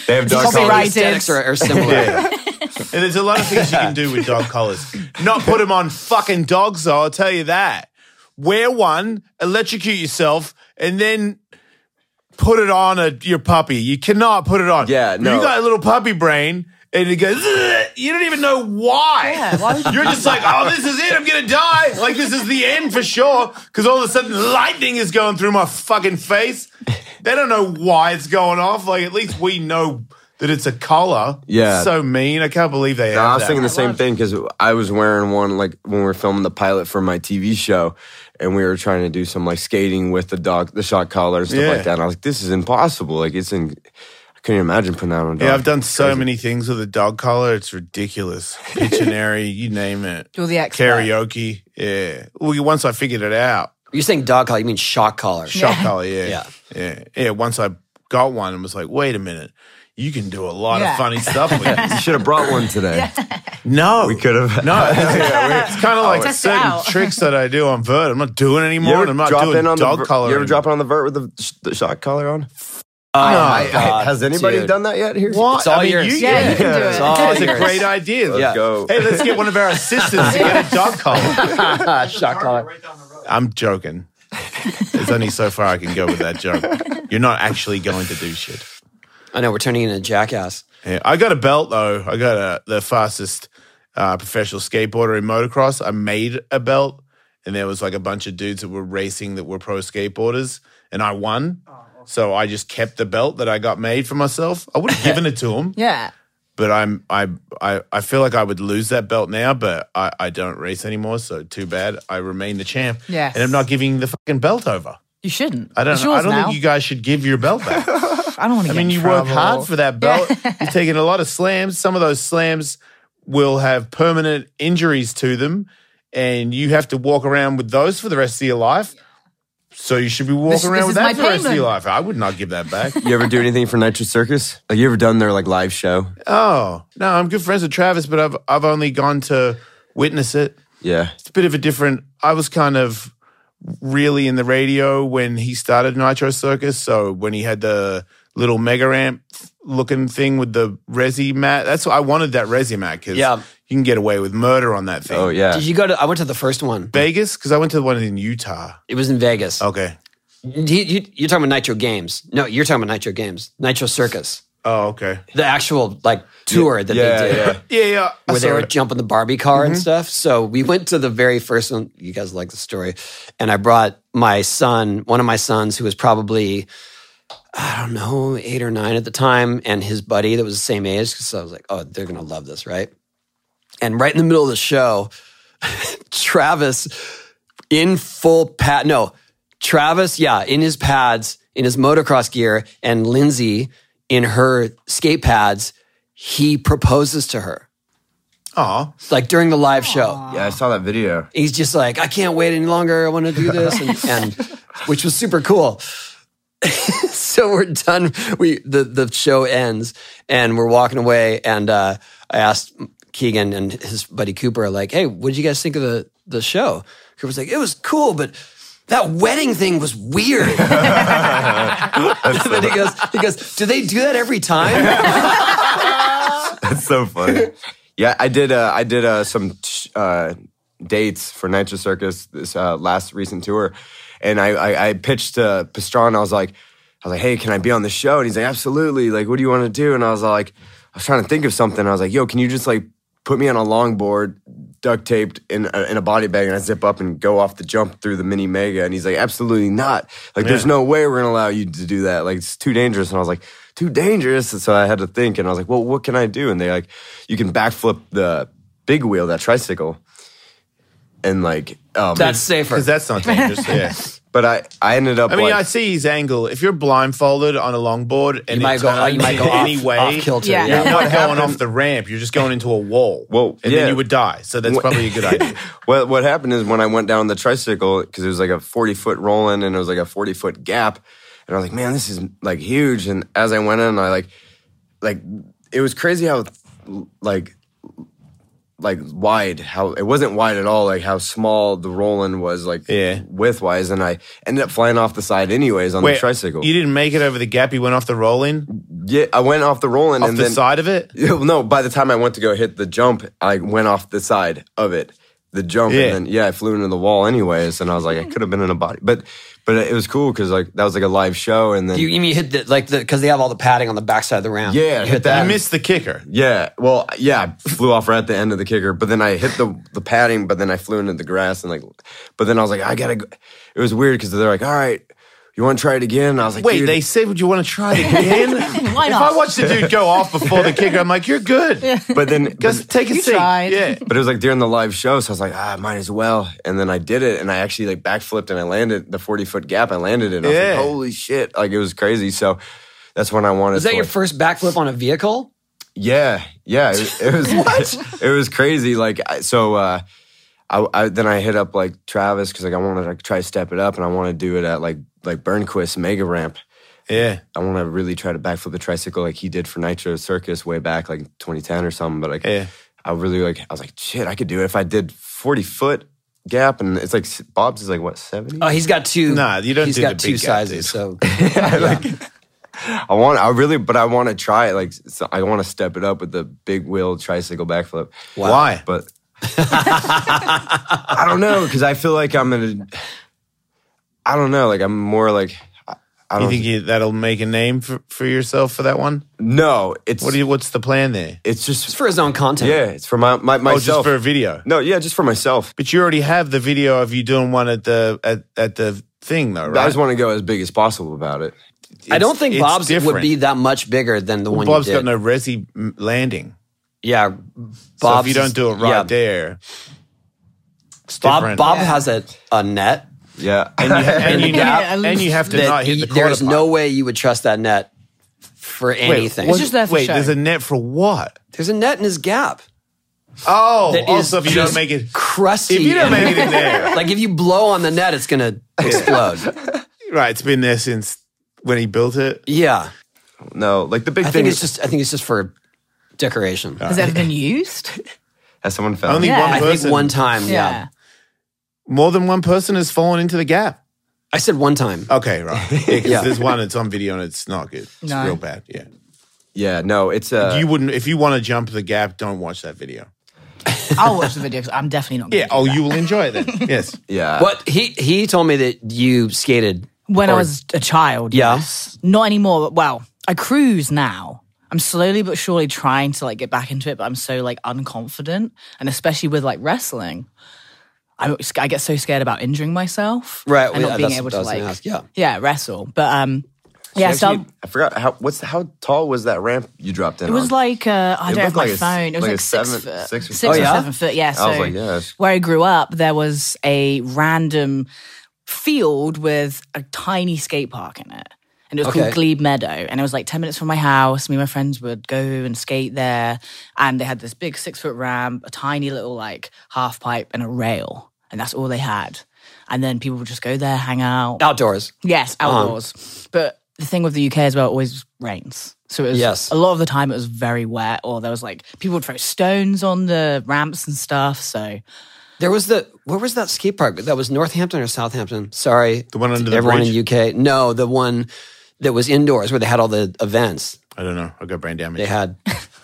Speaker 3: they
Speaker 1: Probably
Speaker 3: have dark collars.
Speaker 4: Copyrighted.
Speaker 1: the aesthetics are, are similar.
Speaker 2: And there's a lot of things you can do with dog collars. Not put them on fucking dogs, though, I'll tell you that. Wear one, electrocute yourself, and then put it on a, your puppy. You cannot put it on.
Speaker 3: Yeah, no.
Speaker 2: You got a little puppy brain, and it goes, "Ugh," you don't even know why.
Speaker 4: Yeah, why would you
Speaker 2: You're just like, oh, this is it. I'm going to die. Like, this is the end for sure. Because all of a sudden, lightning is going through my fucking face. They don't know why it's going off. Like, at least we know that it's a color.
Speaker 3: Yeah.
Speaker 2: So mean. I can't believe they
Speaker 3: No, I
Speaker 2: have
Speaker 3: was
Speaker 2: that.
Speaker 3: thinking the same thing because I was wearing one like when we were filming the pilot for my TV show, and we were trying to do some like skating with the dog, the shot collar and stuff
Speaker 2: Yeah.
Speaker 3: like that. And I was like, this is impossible. Like it's in, I couldn't imagine putting that on. A dog.
Speaker 2: yeah, I've done so many things with a dog collar. It's ridiculous. Pictionary, you name it.
Speaker 4: You're the expert.
Speaker 2: Karaoke. Yeah. Well, once I figured it out,
Speaker 1: You're saying dog collar, you mean shock collar.
Speaker 2: shot collar. Yeah.
Speaker 1: Yeah.
Speaker 2: Yeah. Yeah. Once I got one and was like, wait a minute, you can do a lot
Speaker 4: Yeah.
Speaker 2: of funny stuff with this.
Speaker 3: You should have brought one today.
Speaker 2: No, we
Speaker 3: could have.
Speaker 2: No, it's kind of like
Speaker 4: Test it
Speaker 2: certain
Speaker 4: out.
Speaker 2: tricks that I do on vert. I'm not doing anymore.
Speaker 3: You ever
Speaker 2: and I'm not
Speaker 3: drop
Speaker 2: doing
Speaker 3: in on the
Speaker 2: dog
Speaker 3: ver-
Speaker 2: collar.
Speaker 3: You ever
Speaker 2: anymore.
Speaker 3: drop in on the vert with the, sh- the shot collar on?
Speaker 1: Oh,
Speaker 3: I-
Speaker 1: my
Speaker 3: I-
Speaker 1: God,
Speaker 3: has anybody
Speaker 1: dude.
Speaker 3: done that yet? Here,
Speaker 2: What?
Speaker 1: It's all
Speaker 2: I mean,
Speaker 1: yours.
Speaker 2: You,
Speaker 4: Yeah, you can do it.
Speaker 1: It's all
Speaker 2: That's a
Speaker 1: yours.
Speaker 2: great idea.
Speaker 3: Let's
Speaker 1: Yeah.
Speaker 3: go.
Speaker 2: Hey, let's get one of our assistants to get a dog collar.
Speaker 1: shock collar.
Speaker 2: I'm joking. There's only so far I can go with that joke. You're not actually going to do shit.
Speaker 1: I know we're turning into jackass.
Speaker 2: Yeah, I got a belt though. I got a, the fastest uh, professional skateboarder in motocross. I made a belt, and there was like a bunch of dudes that were racing that were pro skateboarders, and I won.
Speaker 4: Oh,
Speaker 2: So I just kept the belt that I got made for myself. I would have given it to him,
Speaker 4: Yeah.
Speaker 2: but I'm I, I I feel like I would lose that belt now. But I I don't race anymore, so too bad. I remain the champ.
Speaker 4: Yes.
Speaker 2: and I'm not giving the fucking belt over.
Speaker 4: You shouldn't.
Speaker 2: I don't.
Speaker 4: It's yours
Speaker 2: I don't
Speaker 4: now.
Speaker 2: think you guys should give your belt back.
Speaker 4: I don't want to
Speaker 2: I
Speaker 4: get
Speaker 2: mean,
Speaker 4: in
Speaker 2: you
Speaker 4: trouble.
Speaker 2: work hard for that belt. You're taking a lot of slams. Some of those slams will have permanent injuries to them, and you have to walk around with those for the rest of your life. So you should be walking
Speaker 4: This-
Speaker 2: around
Speaker 4: this
Speaker 2: with
Speaker 4: is
Speaker 2: that
Speaker 4: my
Speaker 2: for the rest of your
Speaker 4: payment.
Speaker 2: life. I would not give that back.
Speaker 3: You ever do anything for Nitro Circus? Like you ever done their like live show?
Speaker 2: oh no, I'm good friends with Travis, but I've I've only gone to witness it.
Speaker 3: Yeah.
Speaker 2: It's a bit of a different. I was kind of really in the radio when he started Nitro Circus. So when he had the little mega ramp looking thing with the resi mat, that's what I wanted that resi mat because
Speaker 1: Yeah.
Speaker 2: you can get away with murder on that thing.
Speaker 3: Oh yeah.
Speaker 1: Did you go to? I went to the first one.
Speaker 2: Vegas because I went to the one in Utah.
Speaker 1: It was in Vegas.
Speaker 3: Oh.
Speaker 2: Okay.
Speaker 1: You, are talking about Nitro Games. No, you're talking about Nitro Games. Nitro Circus.
Speaker 2: Oh, okay.
Speaker 1: The actual like tour that
Speaker 3: yeah,
Speaker 1: they did.
Speaker 3: yeah.
Speaker 2: Yeah, yeah. I
Speaker 1: Where they
Speaker 2: saw
Speaker 1: were
Speaker 2: it.
Speaker 1: jumping the Barbie car and stuff. So we went to the very first one. You guys like the story. And I brought my son, one of my sons, who was probably, I don't know, eight or nine at the time, and his buddy that was the same age. So I was like, oh, they're going to love this, right? And right in the middle of the show, Travis in full pad. No, Travis, yeah, in his pads, in his motocross gear, and Lindsay in her skate pads, he proposes to her.
Speaker 2: Aw.
Speaker 1: Like during the live show.
Speaker 3: Yeah, I saw that video.
Speaker 1: He's just like, I can't wait any longer. I want to do this. And, and which was super cool. so we're done. We the, the show ends and we're walking away. And uh, I asked Keegan and his buddy Cooper, like, hey, what did you guys think of the, the show? Cooper was like, it was cool, but that wedding thing was weird. and he goes, he goes, do they do that every time?
Speaker 3: That's so funny. yeah, I did. Uh, I did uh, some uh, dates for Nitro Circus this uh, last recent tour, and I, I, I pitched uh, Pastrana. I was like, I was like, hey, can I be on the show? And he's like, absolutely. Like, what do you want to do? And I was like, I was trying to think of something. I was like, yo, can you just like put me on a longboard, duct taped in a, in a body bag, and I zip up and go off the jump through the mini mega? And he's like, absolutely not. Like, there's no way we're gonna allow you to do that. Like, it's too dangerous. And I was like, too dangerous. And so I had to think, and I was like, well, what can I do? And they like, you can backflip the big wheel, that tricycle, and like, um,
Speaker 1: That's safer.
Speaker 2: Because that's not dangerous. Yeah.
Speaker 3: But I, I ended up.
Speaker 2: I mean,
Speaker 3: like,
Speaker 2: I see his angle. If you're blindfolded on a longboard and
Speaker 1: you
Speaker 2: it
Speaker 1: might go,
Speaker 2: turns
Speaker 1: you might go
Speaker 2: in
Speaker 1: off,
Speaker 2: any way,
Speaker 1: off kilter.
Speaker 4: Yeah.
Speaker 2: you're
Speaker 4: Yeah.
Speaker 2: not going off the ramp. You're just going into a wall.
Speaker 3: Well,
Speaker 2: and
Speaker 3: yeah.
Speaker 2: then you would die. So that's probably a good idea.
Speaker 3: Well, what happened is when I went down the tricycle because it was like a forty foot rolling and it was like a forty foot gap, and I was like, man, this is like huge. And as I went in, I like, like it was crazy how like like wide how it wasn't wide at all like how small the rolling was like
Speaker 2: Yeah.
Speaker 3: width wise and i ended up flying off the side anyways on the
Speaker 2: Wait,
Speaker 3: tricycle
Speaker 2: You didn't make it over the gap. You went off the rolling,
Speaker 3: yeah i went off the rolling
Speaker 2: off
Speaker 3: and
Speaker 2: the
Speaker 3: then
Speaker 2: side of it.
Speaker 3: Yeah, well, No, by the time I went to go hit the jump, I went off the side of it. The jump,
Speaker 2: Yeah.
Speaker 3: and then yeah, I flew into the wall anyways, and I was like, I could have been in a body, but but it was cool because like that was like a live show, and then
Speaker 1: You, you mean you hit the like the because they have all the padding on the backside of the ramp.
Speaker 3: yeah,
Speaker 1: You
Speaker 3: hit that.
Speaker 2: You missed the kicker.
Speaker 3: Yeah, well, yeah, I flew off right at the end of the kicker, but then I hit the the padding, but then I flew into the grass and like, but then I was like, I gotta. go. It was weird because they're like, all right, you want to try it again? And I was like,
Speaker 2: Wait,
Speaker 3: dude,
Speaker 2: they said, would you want to try it again?
Speaker 4: Why
Speaker 2: If I
Speaker 4: not?
Speaker 2: watched the dude go off before the kicker, I'm like, you're good.
Speaker 3: But then, but,
Speaker 2: Just take a
Speaker 4: You
Speaker 2: seat.
Speaker 4: tried.
Speaker 2: Yeah.
Speaker 3: but it was like during the live show, so I was like, ah, might as well. And then I did it, and I actually like backflipped and I landed the forty foot gap. I landed it. And I was
Speaker 2: Yeah.
Speaker 3: like, holy shit! Like it was crazy. So that's when I wanted.
Speaker 1: Is that
Speaker 3: to,
Speaker 1: your
Speaker 3: like-
Speaker 1: first backflip on a vehicle?
Speaker 3: Yeah, yeah. It, it was what? It was crazy. Like I- so. uh I, I then I hit up like Travis because like I want to like try to step it up and I want to do it at like like Burnquist Mega Ramp.
Speaker 2: Yeah.
Speaker 3: I want to really try to backflip the tricycle like he did for Nitro Circus way back like 2010 or something. But like
Speaker 2: Yeah.
Speaker 3: I really like I was like shit, I could do it if I did 40 foot gap and it's like Bob's is like what 70.
Speaker 2: Uh.
Speaker 1: Oh, he's got two.
Speaker 2: Nah, you don't
Speaker 1: He's
Speaker 2: do
Speaker 1: got
Speaker 2: the
Speaker 1: two
Speaker 2: big guy, dude.
Speaker 1: sizes. So
Speaker 3: I want I really but I want to try it like so I want to step it up with the big wheel tricycle backflip.
Speaker 2: Why?
Speaker 3: But I don't know because I feel like I'm in a. I don't know. Like I'm more like. I, I
Speaker 2: You
Speaker 3: don't
Speaker 2: think you, that'll make a name for, for yourself for that one?
Speaker 3: no. It's
Speaker 2: What do you? What's the plan there?
Speaker 3: It's
Speaker 1: it's
Speaker 3: just
Speaker 1: for his own content.
Speaker 3: yeah. It's for my, my
Speaker 2: Oh,
Speaker 3: myself.
Speaker 2: just for a video.
Speaker 3: no, yeah, just for myself.
Speaker 2: But you already have the video of you doing one at the at, at the thing though,
Speaker 3: I
Speaker 2: right?
Speaker 3: just want to go as big as possible about it.
Speaker 1: I don't think
Speaker 2: it's
Speaker 1: Bob's would
Speaker 2: different.
Speaker 1: be that much bigger than the one
Speaker 2: Bob's
Speaker 1: you
Speaker 2: got
Speaker 1: did.
Speaker 2: no resi m- landing.
Speaker 1: yeah,
Speaker 2: So
Speaker 1: Bob's
Speaker 2: if you don't do it right
Speaker 1: yeah.
Speaker 2: there, it's
Speaker 1: Bob
Speaker 2: different.
Speaker 1: Bob
Speaker 4: Yeah.
Speaker 1: has a, a net.
Speaker 3: Yeah.
Speaker 2: and you, ha- and, you
Speaker 4: Yeah,
Speaker 2: have,
Speaker 4: at
Speaker 2: and you
Speaker 4: least
Speaker 2: have to
Speaker 1: that
Speaker 2: not hit
Speaker 1: y-
Speaker 2: the quarter
Speaker 1: there's
Speaker 2: pipe.
Speaker 1: no way you would trust that net for
Speaker 2: Wait,
Speaker 1: anything.
Speaker 2: what-
Speaker 4: just there for
Speaker 2: wait,
Speaker 4: show.
Speaker 2: there's a net for what?
Speaker 1: there's a net in his gap.
Speaker 2: Oh,
Speaker 1: That is
Speaker 2: also if you don't
Speaker 1: just
Speaker 2: make it,
Speaker 1: crusty.
Speaker 2: if you don't
Speaker 1: and-
Speaker 2: make it in there,
Speaker 1: like if you blow on the net, it's gonna explode.
Speaker 2: right? It's been there since when he built it.
Speaker 1: yeah,
Speaker 3: no, like the big
Speaker 1: I
Speaker 3: thing
Speaker 1: think
Speaker 3: is
Speaker 1: it's just I think it's just for decoration.
Speaker 4: Has that been used?
Speaker 3: has someone found.
Speaker 2: Only
Speaker 4: Yeah.
Speaker 2: one
Speaker 1: I
Speaker 2: person.
Speaker 1: think one time. Yeah.
Speaker 2: More than one person has fallen into the gap.
Speaker 1: I said one time.
Speaker 2: Okay, right. Yeah, 'cause
Speaker 1: Yeah.
Speaker 2: there's one that's on video and it's not good. It's
Speaker 4: No.
Speaker 2: real bad. Yeah.
Speaker 3: yeah. No, it's uh,
Speaker 2: you wouldn't if you want to jump the gap, don't watch that video.
Speaker 4: I'll watch the video because I'm definitely not. Gonna
Speaker 2: Yeah. Oh, you will enjoy it then. Yes.
Speaker 3: yeah.
Speaker 1: What he he told me that you skated.
Speaker 4: when I
Speaker 1: Or-
Speaker 4: was a child.
Speaker 1: Yeah.
Speaker 4: Yes. Not anymore. But, well, I cruise now. I'm slowly but surely trying to like get back into it, but I'm so like unconfident, and especially with like wrestling, I, I get so scared about injuring myself,
Speaker 1: Right,
Speaker 4: And
Speaker 1: well,
Speaker 4: not
Speaker 1: yeah,
Speaker 4: being
Speaker 1: that's
Speaker 4: able
Speaker 1: what
Speaker 4: to
Speaker 1: I was
Speaker 4: like,
Speaker 1: gonna ask, yeah.
Speaker 4: wrestle. But um, yeah, so
Speaker 3: Actually, I forgot how what's how tall was that ramp you dropped in?
Speaker 4: It was
Speaker 3: on?
Speaker 4: like uh, I
Speaker 3: It
Speaker 4: don't
Speaker 3: looked
Speaker 4: have my
Speaker 3: like a s-
Speaker 4: phone. It was
Speaker 3: like
Speaker 4: like,
Speaker 3: a
Speaker 4: six
Speaker 3: seven-
Speaker 4: foot,
Speaker 3: six or
Speaker 4: six
Speaker 1: something. Oh, yeah?
Speaker 4: seven foot. Yeah. So
Speaker 3: was like, yeah, that's-
Speaker 4: where I grew up, there was a random field with a tiny skate park in it, and it was
Speaker 1: Okay.
Speaker 4: called Glebe Meadow, and it was like ten minutes from my house. Me and my friends would go and skate there, and they had this big six foot ramp, a tiny little like half pipe, and a rail, and that's all they had. And then people would just go there, hang out.
Speaker 1: Outdoors.
Speaker 4: Yes,
Speaker 1: Um,
Speaker 4: outdoors. but the thing with the UK as well, it always rains. So it was
Speaker 1: Yes.
Speaker 4: a lot of the time it was very wet, or there was like people would throw stones on the ramps and stuff. So
Speaker 1: There was the where was that skate park? That was Northampton or Southampton? Sorry, the
Speaker 2: one under the
Speaker 1: everyone
Speaker 2: bridge?
Speaker 1: in UK. No, the one that was indoors where they had all the events.
Speaker 2: I don't know. I got brain damage.
Speaker 1: They had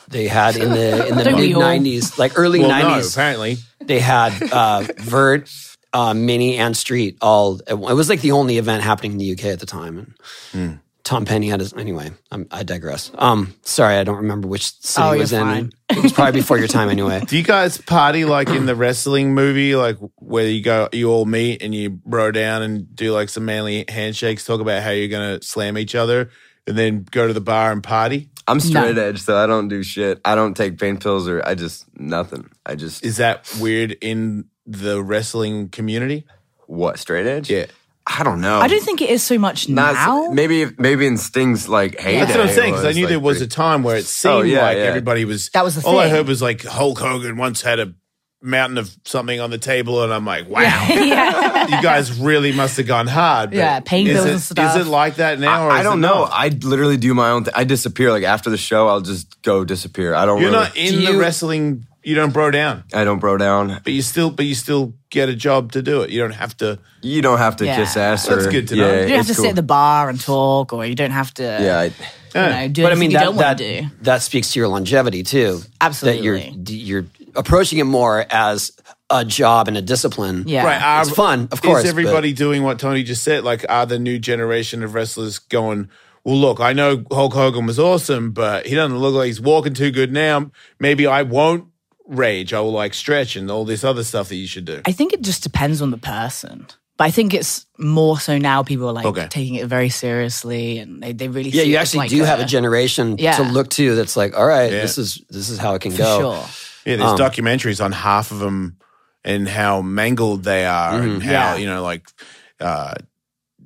Speaker 1: they had in the in the
Speaker 4: Don't we
Speaker 1: mid
Speaker 4: all?
Speaker 1: nineties, like early
Speaker 2: well,
Speaker 1: nineties.
Speaker 2: no. Apparently,
Speaker 1: they had uh, Vert, uh, Mini, and Street all. It was like the only event happening in the UK at the time. And
Speaker 2: Hmm.
Speaker 1: Tom Penny had his. Anyway, I'm, I digress. Um, sorry, I don't remember which city
Speaker 4: Oh,
Speaker 1: it
Speaker 4: you're
Speaker 1: was in.
Speaker 4: fine.
Speaker 1: It was probably before your time, anyway.
Speaker 2: do you guys party like in the wrestling movie, like where you go, you all meet and you row down and do like some manly handshakes, talk about how you're gonna slam each other, and then go to the bar and party?
Speaker 3: I'm straight edge, so I don't do shit. I don't take pain pills or I just nothing. I just
Speaker 2: Is that weird in the wrestling community?
Speaker 3: what straight edge?
Speaker 2: Yeah.
Speaker 3: I don't know.
Speaker 4: I don't think it is so much
Speaker 3: Not-
Speaker 4: now.
Speaker 3: maybe maybe in Sting's like hey.
Speaker 2: That's what I'm saying because I knew there was a time where it seemed
Speaker 3: Oh, yeah,
Speaker 2: like
Speaker 3: yeah.
Speaker 2: everybody was.
Speaker 4: That was the
Speaker 2: all I
Speaker 4: thing.
Speaker 2: heard was like Hulk Hogan once had a mountain of something on the table, and I'm like, wow,
Speaker 4: yeah.
Speaker 2: you guys really must have gone hard. but
Speaker 4: Yeah, pain
Speaker 2: is
Speaker 4: pills
Speaker 2: it-
Speaker 4: and stuff.
Speaker 2: Is it like that now? or
Speaker 3: I, I
Speaker 2: is
Speaker 3: don't
Speaker 2: it
Speaker 3: know.
Speaker 2: not?
Speaker 3: I literally do my own thing. I disappear. Like after the show, I'll just go disappear. I don't.
Speaker 2: You're
Speaker 3: really,
Speaker 2: not in
Speaker 1: Do
Speaker 2: the
Speaker 1: you-
Speaker 2: wrestling. You don't bro down,
Speaker 3: I don't bro down.
Speaker 2: but you still, but you still get a job to do it. You don't have to.
Speaker 3: You don't have to
Speaker 4: Yeah.
Speaker 3: kiss ass.
Speaker 2: That's
Speaker 3: or,
Speaker 2: good to
Speaker 3: yeah,
Speaker 2: know. You
Speaker 4: You don't have
Speaker 3: it's
Speaker 4: to
Speaker 3: cool.
Speaker 4: sit at the bar and talk, or you don't have to
Speaker 3: Yeah, I,
Speaker 4: you know, do
Speaker 1: But I mean,
Speaker 4: anything you
Speaker 1: that
Speaker 4: don't want
Speaker 1: that,
Speaker 4: to do.
Speaker 1: that speaks to your longevity too. that you're
Speaker 4: Absolutely.
Speaker 1: d- you're approaching it more as a job and a discipline.
Speaker 4: Yeah.
Speaker 2: Right. Are,
Speaker 1: It's fun, of course,
Speaker 2: Is
Speaker 1: but-
Speaker 2: everybody doing what Tony just said? Like, are the new generation of wrestlers going, well, look, I know Hulk Hogan was awesome, but he doesn't look like he's walking too good now. Maybe I won't rage. I will like stretch and all this other stuff that you should do.
Speaker 4: I think it just depends on the person. But I think it's more so now people are like
Speaker 2: Okay.
Speaker 4: taking it very seriously and they, they really
Speaker 1: Yeah,
Speaker 4: see
Speaker 1: you
Speaker 4: it as,
Speaker 1: actually
Speaker 4: like
Speaker 1: do have a generation
Speaker 4: Yeah.
Speaker 1: to look to that's like, all right,
Speaker 2: Yeah.
Speaker 1: this is this is how it can
Speaker 4: for
Speaker 1: go.
Speaker 4: sure.
Speaker 2: Yeah, there's
Speaker 1: Um,
Speaker 2: documentaries on half of them and how mangled they are and
Speaker 3: Mm-hmm.
Speaker 2: how,
Speaker 4: Yeah.
Speaker 2: you know, like, uh,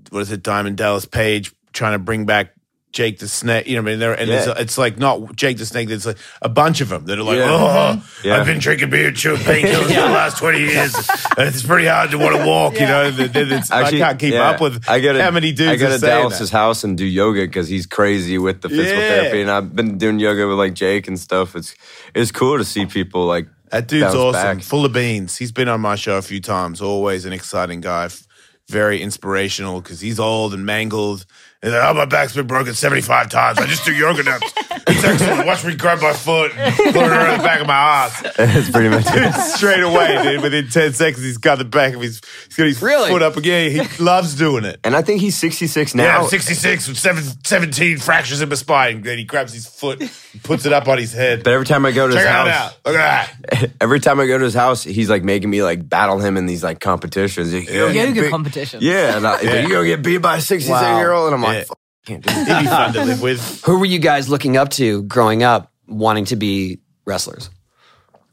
Speaker 2: what is it, Diamond Dallas Page trying to bring back Jake the Snake. You know what I mean? They're, and
Speaker 3: Yeah.
Speaker 2: it's, it's like not Jake the Snake, there's like a bunch of them that are like,
Speaker 3: Yeah.
Speaker 2: oh,
Speaker 3: Yeah.
Speaker 2: I've been drinking beer and chewing painkillers for the last 20 years. and it's pretty hard to want to walk, you know? and then it's- I can't keep
Speaker 3: yeah,
Speaker 2: up with
Speaker 3: I go to,
Speaker 2: how many dudes
Speaker 3: I go
Speaker 2: are
Speaker 3: to
Speaker 2: saying
Speaker 3: Dallas's
Speaker 2: that.
Speaker 3: house and do yoga because he's crazy with the physical
Speaker 2: Yeah.
Speaker 3: therapy, and I've been doing yoga with like Jake and stuff. It's it's cool to see people like
Speaker 2: That dude's
Speaker 3: bounce
Speaker 2: awesome.
Speaker 3: back.
Speaker 2: Full of beans. He's been on my show a few times. Always an exciting guy. F- Very inspirational because he's old and mangled. And oh, my back's been broken 75 times. I just do yoga now. It's excellent. Watch me grab my foot and put it around the back of my ass.
Speaker 3: That's pretty much it.
Speaker 2: Dude, straight away, dude. Within 10 seconds, he's got the back of his, he's got his
Speaker 1: Really?
Speaker 2: foot up again. He loves doing it.
Speaker 3: And I think he's 66 now.
Speaker 2: Yeah, I'm 66 with seven, 17 fractures in my spine. Then he grabs his foot, puts it up on his head.
Speaker 3: but every time I go to
Speaker 2: Check
Speaker 3: his
Speaker 2: it
Speaker 3: house,
Speaker 2: out. Look at that.
Speaker 3: every time I go to his house, he's like making me like battle him in these like competitions. He's like, "You'll get
Speaker 4: Yoga
Speaker 3: beat-
Speaker 4: competition.
Speaker 3: Yeah, and I, he's like,
Speaker 2: Yeah.
Speaker 3: you're gonna get beat by a 66 year old, and I'm
Speaker 2: Yeah.
Speaker 3: like, "Fuck, I can't do
Speaker 2: He'd be fun to live with.
Speaker 1: Who were you guys looking up to growing up wanting to be wrestlers?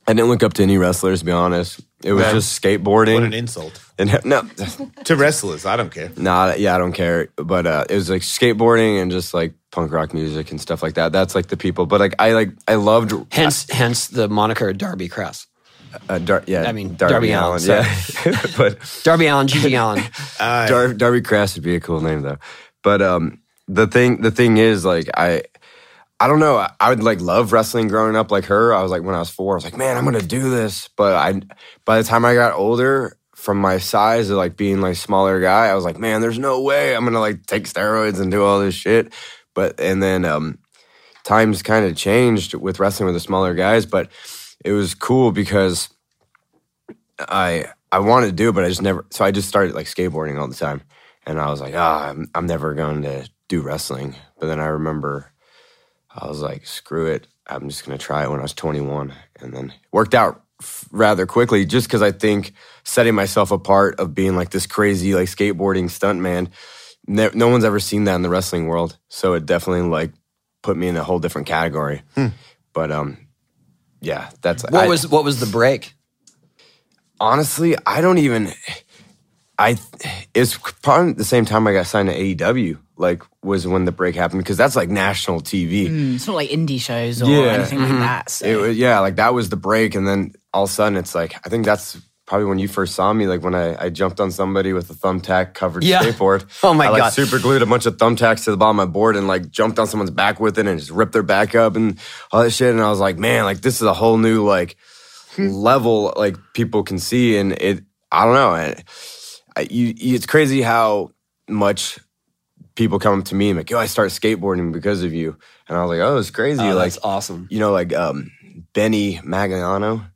Speaker 3: I didn't look up to any wrestlers, to be honest. It was
Speaker 2: Man.
Speaker 3: just
Speaker 2: What an
Speaker 3: skateboarding.
Speaker 2: insult
Speaker 3: And, no,
Speaker 2: to wrestlers. I don't care.
Speaker 3: nah, yeah, I don't care. But uh, it was like skateboarding and just like punk rock music and stuff like that. That's like the people. But like I like I loved
Speaker 1: Hence, hence the moniker Darby Cress,
Speaker 3: uh, Dar- yeah.
Speaker 1: I mean, Darby Allin,
Speaker 3: yeah. but
Speaker 1: Darby Allen, Gigi Allen.
Speaker 3: Dar- Darby Crass would be a cool name though. But um, the thing the thing is like I. I don't know. I, I would like love wrestling growing up like her. I was like when I was four, I was like, man, I'm gonna do this. But I, by the time I got older, from my size of like being like smaller guy, I was like, man, there's no way I'm gonna like take steroids and do all this shit. But and then um, times kind of changed with wrestling with the smaller guys, but it was cool because I I wanted to do it, but I just never. So I just started like skateboarding all the time, and I was like, ah, I'm I'm never going to do wrestling. But then I remember, I was like, screw it, I'm just gonna try it when I was 21, and then it worked out f- rather quickly, just because I think setting myself apart of being like this crazy like skateboarding stuntman. Ne- no one's ever seen that in the wrestling world, so it definitely like put me in a whole different category. But um, yeah, that's
Speaker 1: Hmm. What
Speaker 3: I-
Speaker 1: was what was the break?
Speaker 3: honestly, I don't even. I it's probably the same time I got signed to AEW. Like was when the break happened because that's like national TV.
Speaker 4: It's not like indie shows or
Speaker 3: Yeah.
Speaker 4: anything like that. So.
Speaker 3: It was yeah, like that was the break, and then all of a sudden it's like I think that's probably when you first saw me. Like when I, I jumped on somebody with a thumbtack covered
Speaker 1: Yeah.
Speaker 3: skateboard.
Speaker 1: Oh my
Speaker 3: I, like,
Speaker 1: God.
Speaker 3: Super glued a bunch of thumbtacks to the bottom of my board and like jumped on someone's back with it and just ripped their back up and all that shit. And I was like, man, like this is a whole new like
Speaker 1: Hmm.
Speaker 3: level like people can see, and it I don't know. I, I, you, you- it's crazy how much people come up to me and like, yo, I start skateboarding because of you. And I was like, oh, it's crazy.
Speaker 1: Oh,
Speaker 3: like,
Speaker 1: that's awesome.
Speaker 3: you know, like um, Benny Magliano,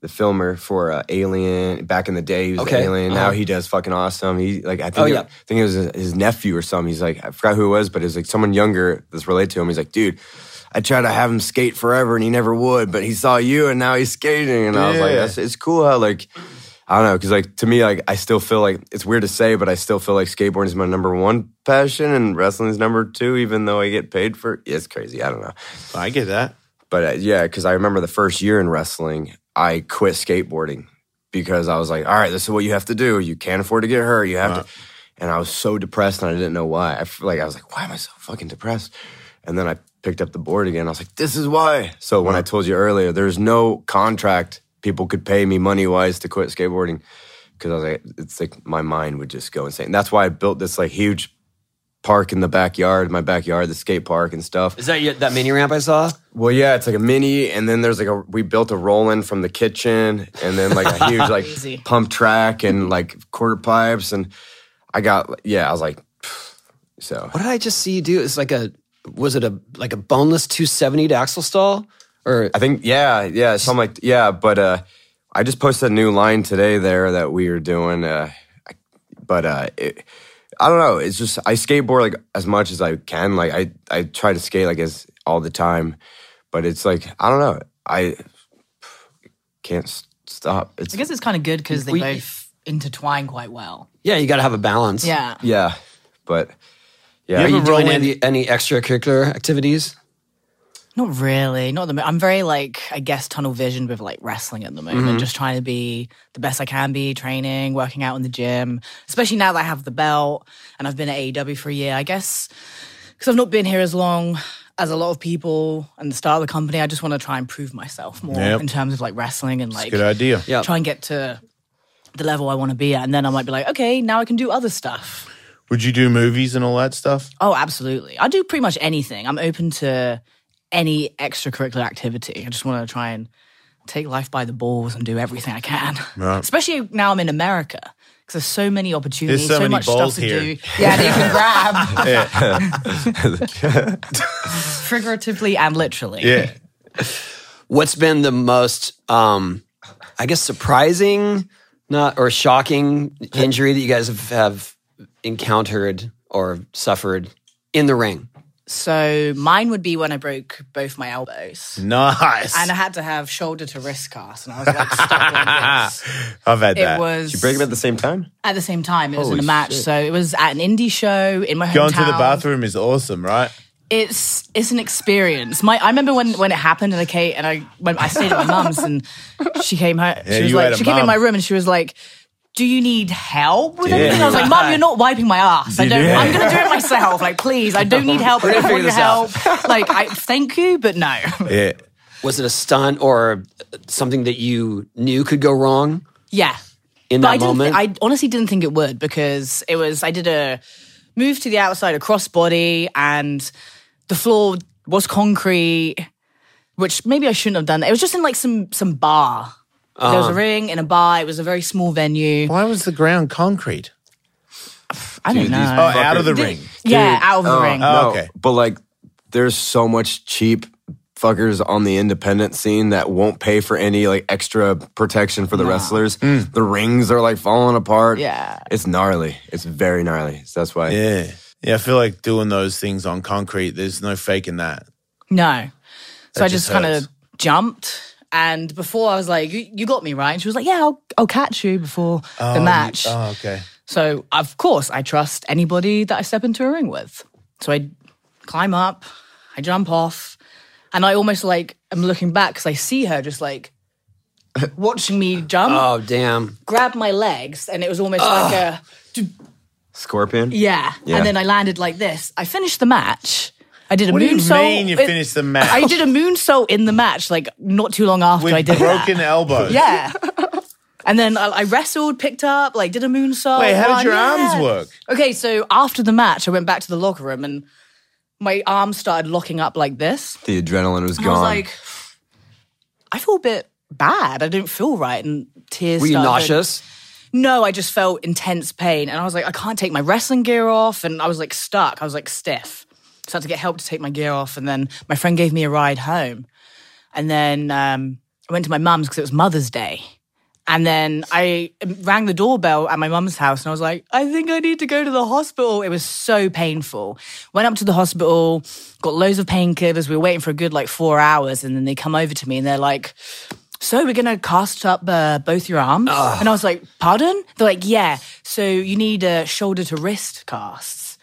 Speaker 3: the filmer for uh, Alien. Back in the day, he was
Speaker 1: Okay. uh-huh.
Speaker 3: Alien. Now he does fucking awesome. He like I think
Speaker 1: Oh,
Speaker 3: it-
Speaker 1: yeah.
Speaker 3: I think it was his- his nephew or something. He's like I forgot who it was, but it was like someone younger that's related to him. He's like, dude. I tried to have him skate forever and he never would, but he saw you and now he's skating. And I was like,
Speaker 2: Yeah.
Speaker 3: That's, it's cool how, like, I don't know, because, like, to me, like, I still feel like it's weird to say, but I still feel like skateboarding is my number one passion and wrestling is number two, even though I get paid for It's crazy. I don't know.
Speaker 2: I get that.
Speaker 3: But uh, yeah, because I remember the first year in wrestling, I quit skateboarding because I was like, all right, this is what you have to do. You can't afford to get hurt. You have
Speaker 2: Right.
Speaker 3: to. And I was so depressed and I didn't know why. I feel like I was like, why am I so fucking depressed? And then I picked up the board again. I was like, this is why. So when I told you earlier, there's no contract people could pay me money wise to quit skateboarding because I was like, it's like my mind would just go insane. That's why I built this like huge park in the backyard, my backyard, the skate park and stuff.
Speaker 1: Is that your- that mini ramp I saw?
Speaker 3: Well, yeah, it's like a mini, and then there's like a we built a roll-in from the kitchen, and then like a huge like
Speaker 4: Crazy.
Speaker 3: pump track and like quarter pipes, and I got yeah, I was like, pff, so
Speaker 1: What did I just see you do? It's like a was it a like a boneless 270 to axle stall or
Speaker 3: I think yeah, yeah, something like yeah, but uh, I just posted a new line today there that we were doing, uh, I- but uh, it, I don't know, it's just I skateboard like as much as I can, like I I try to skate like as all the time, but it's like I don't know, I can't s- stop. It's
Speaker 4: I guess it's kind of good because they
Speaker 1: We-
Speaker 4: both intertwine quite well.
Speaker 1: Yeah, you got to have a balance.
Speaker 4: Yeah.
Speaker 3: Yeah, but
Speaker 1: Are
Speaker 3: yeah,
Speaker 2: Yeah,
Speaker 1: you
Speaker 2: Ever
Speaker 1: doing
Speaker 2: rolling-
Speaker 1: any, any extracurricular activities?
Speaker 4: Not really. Not at the mo- I'm very like I guess tunnel visioned with like wrestling at the moment. Just trying to be the best I can be, training, working out in the gym. Especially now that I have the belt and I've been at AEW for a year. I guess because I've not been here as long as a lot of people and the start of the company. I just want to try and prove myself more
Speaker 2: Yep.
Speaker 4: in terms of like wrestling and like
Speaker 2: Good idea.
Speaker 1: Yeah.
Speaker 4: try and get to the level I want to be at. And then I might be like, okay, now I can do other stuff.
Speaker 2: Would you do movies and all that stuff?
Speaker 4: Oh, absolutely. I do pretty much anything. I'm open to any extracurricular activity. I just want to try and take life by the balls and do everything I can. Especially now I'm in America because there's so many opportunities,
Speaker 2: There's so many
Speaker 4: much
Speaker 2: balls
Speaker 4: stuff to
Speaker 2: here.
Speaker 4: do. Yeah, that you can grab. Figuratively and literally.
Speaker 2: Yeah.
Speaker 1: What's been the most, um, I guess, surprising, not or shocking injury that you guys have, have encountered or suffered in the ring?
Speaker 4: So mine would be when I broke both my elbows.
Speaker 2: Nice.
Speaker 4: And I had to have shoulder to wrist cast, and I was like stuck like this.
Speaker 2: I've had
Speaker 4: It
Speaker 2: that.
Speaker 4: was
Speaker 3: break them at the same time.
Speaker 4: at the same time. It was in a match, so it was at an indie show in my hometown.
Speaker 2: Going to the bathroom is awesome, right?
Speaker 4: it's it's an experience. My I remember when when it happened and I came and I when I stayed at my mum's and she came home. she was
Speaker 2: you had
Speaker 4: like
Speaker 2: a
Speaker 4: she came in
Speaker 2: mum.
Speaker 4: my room and she was like, "Do you need help with anything?" I was like, "Mum, you're not wiping my ass. I don't. I'm going to do it myself. Like, please, I don't need help. I don't
Speaker 1: gonna
Speaker 4: want your
Speaker 1: figure
Speaker 4: help. Like, I thank you, but no.
Speaker 2: Yeah.
Speaker 1: Was it a stunt or something that you knew could go wrong
Speaker 4: Yeah,
Speaker 1: in
Speaker 4: but
Speaker 1: that
Speaker 4: I didn't.
Speaker 1: moment?
Speaker 4: thi- I honestly didn't think it would because it was. I did a move to the outside, a crossbody, and the floor was concrete, which maybe I shouldn't have done. that. It was just in like some some bar. There was a ring in a bar. It was a very small venue.
Speaker 2: Why was the ground concrete?
Speaker 4: I don't
Speaker 3: Dude, these
Speaker 4: know.
Speaker 2: Oh, out of the
Speaker 4: Did-
Speaker 2: ring.
Speaker 4: Yeah, out of the ring.
Speaker 2: oh.
Speaker 3: No,
Speaker 2: Okay.
Speaker 3: but like, there's so much cheap fuckers on the independent scene that won't pay for any like extra protection for the wrestlers. The rings are like falling apart.
Speaker 4: Yeah.
Speaker 3: it's gnarly. It's very gnarly. So that's why.
Speaker 2: Yeah. Yeah, I feel like doing those things on concrete, there's no faking that.
Speaker 4: No. So I just,
Speaker 2: just
Speaker 4: kind
Speaker 2: hurts.
Speaker 4: of jumped. And before I was like, you, you got me, right? And she was like, yeah, I'll, I'll catch you before the match.
Speaker 2: Oh, okay.
Speaker 4: So, of course, I trust anybody that I step into a ring with. So I climb up, I jump off, and I almost like am looking back because I see her just like watching me jump,
Speaker 2: Ah.
Speaker 1: oh, damn.
Speaker 4: grab my legs, and it was almost like a
Speaker 3: Scorpion.
Speaker 4: yeah. And then I landed like this. I finished the match. I did a
Speaker 2: What do you
Speaker 4: moonsault.
Speaker 2: mean you
Speaker 4: It-
Speaker 2: finished the match?
Speaker 4: I did a moonsault in the match, like not too long after
Speaker 2: With
Speaker 4: I did that.
Speaker 2: broken elbows.
Speaker 4: Yeah. And then I, I wrestled, picked up, like did a moonsault.
Speaker 2: Wait, how
Speaker 4: won.
Speaker 2: did your
Speaker 4: Yeah.
Speaker 2: arms work?
Speaker 4: Okay, so after the match, I went back to the locker room and my arm started locking up like this.
Speaker 3: The adrenaline was
Speaker 4: And
Speaker 3: gone.
Speaker 4: I was like, I feel a bit bad. I didn't feel right. And tears
Speaker 1: Were you
Speaker 4: started.
Speaker 1: nauseous?
Speaker 4: No, I just felt intense pain. And I was like, I can't take my wrestling gear off. And I was like stuck. I was like stiff. So I had to get help to take my gear off. And then my friend gave me a ride home. And then um, I went to my mum's because it was Mother's Day. And then I rang the doorbell at my mum's house and I was like, I think I need to go to the hospital. It was so painful. Went up to the hospital, got loads of painkillers. We were waiting for a good like four hours. And then they come over to me and they're like, so we're gonna cast up uh, both your arms,
Speaker 1: Ah.
Speaker 4: and I was like, "Pardon?" They're like, "Yeah." So you need uh, shoulder to wrist casts,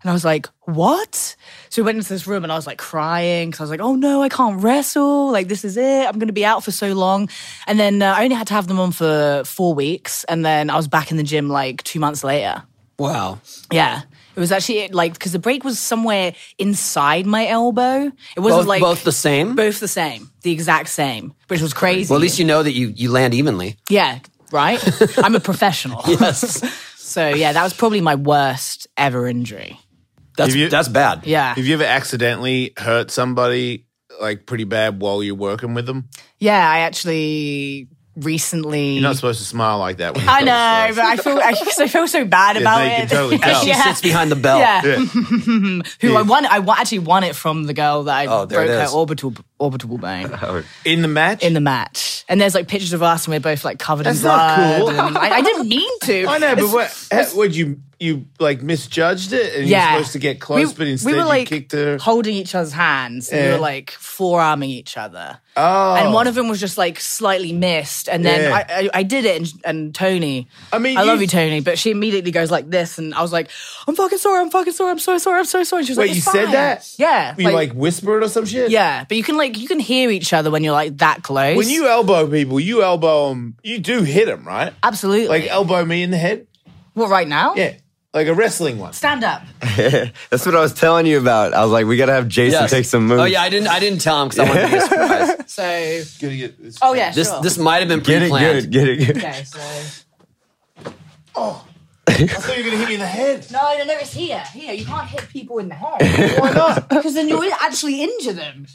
Speaker 4: and I was like, "What?" So we went into this room, and I was like crying because I was like, "Oh no, I can't wrestle! Like this is it. I'm gonna be out for so long." And then uh, I only had to have them on for four weeks, and then I was back in the gym like two months later.
Speaker 1: Wow.
Speaker 4: Yeah. It was actually like because the break was somewhere inside my elbow. It wasn't
Speaker 1: Both,
Speaker 4: like
Speaker 1: both the same?
Speaker 4: both the same, the exact same, which was crazy.
Speaker 1: well, at least you know that you, you land evenly.
Speaker 4: Yeah, right? I'm a professional.
Speaker 1: Yes.
Speaker 4: So, yeah, that was probably my worst ever injury.
Speaker 1: That's,
Speaker 2: you-
Speaker 1: that's bad.
Speaker 4: Yeah.
Speaker 2: Have you ever accidentally hurt somebody like pretty bad while you're working with them?
Speaker 4: Yeah, I actually recently.
Speaker 2: You're not supposed to smile like that. When you
Speaker 4: Mm. I
Speaker 2: tell
Speaker 4: know,
Speaker 2: stories.
Speaker 4: but I feel I, 'cause I feel so bad about
Speaker 2: no, you
Speaker 4: it.
Speaker 2: can totally tell.
Speaker 1: She sits behind the belt.
Speaker 4: Yeah. Who I won? I wa- actually won it from the girl that I
Speaker 1: Oh, there
Speaker 4: broke
Speaker 1: it
Speaker 4: her
Speaker 1: is.
Speaker 4: orbital b- orbital bone
Speaker 2: Oh. in the match.
Speaker 4: in the match. And there's like pictures of us and we're both like covered
Speaker 2: That's
Speaker 4: in
Speaker 2: not
Speaker 4: blood.
Speaker 2: cool.
Speaker 4: and I, I didn't mean to.
Speaker 2: I know, but
Speaker 4: It's-
Speaker 2: what? How, would you you like misjudged it, and
Speaker 4: Yeah.
Speaker 2: you're supposed to get close,
Speaker 4: we,
Speaker 2: but instead
Speaker 4: we were like
Speaker 2: you kicked her.
Speaker 4: holding each other's hands and we
Speaker 2: Yeah.
Speaker 4: were like forearming each other.
Speaker 2: Oh,
Speaker 4: And one of them was just like slightly missed, and then
Speaker 2: Yeah.
Speaker 4: I, I, I did it, and, and Tony.
Speaker 2: I mean,
Speaker 4: I love
Speaker 2: you-
Speaker 4: you, Tony, but she immediately goes like this, and I was like, "I'm fucking sorry, I'm fucking sorry, I'm so sorry, I'm so sorry." And she was
Speaker 2: Wait,
Speaker 4: like,
Speaker 2: you
Speaker 4: "It's
Speaker 2: said
Speaker 4: fine."
Speaker 2: that?
Speaker 4: Yeah,
Speaker 2: you like, whispered or some shit.
Speaker 4: yeah, but you can like you can hear each other when you're like that close.
Speaker 2: When you elbow people, you elbow them. You do hit them, right?
Speaker 4: absolutely
Speaker 2: Like elbow me in the head.
Speaker 4: what right now?
Speaker 2: Yeah, like a wrestling one.
Speaker 4: stand up.
Speaker 3: That's what I was telling you about. I was like, we gotta have Jason
Speaker 1: Yes.
Speaker 3: take some moves.
Speaker 1: Oh yeah, I didn't. I didn't tell him because I wanted to be a surprise.
Speaker 4: So
Speaker 2: Gonna get this-
Speaker 4: oh yeah,
Speaker 1: This
Speaker 4: sure.
Speaker 1: this might have been
Speaker 3: Get it, get
Speaker 1: pre-planned.
Speaker 3: it, get it, get it.
Speaker 4: Okay, so
Speaker 2: I thought you were gonna hit me in the head.
Speaker 4: no, no, no, it's here, here. You can't hit people in the head
Speaker 2: Why not?
Speaker 4: because then you'll actually injure them.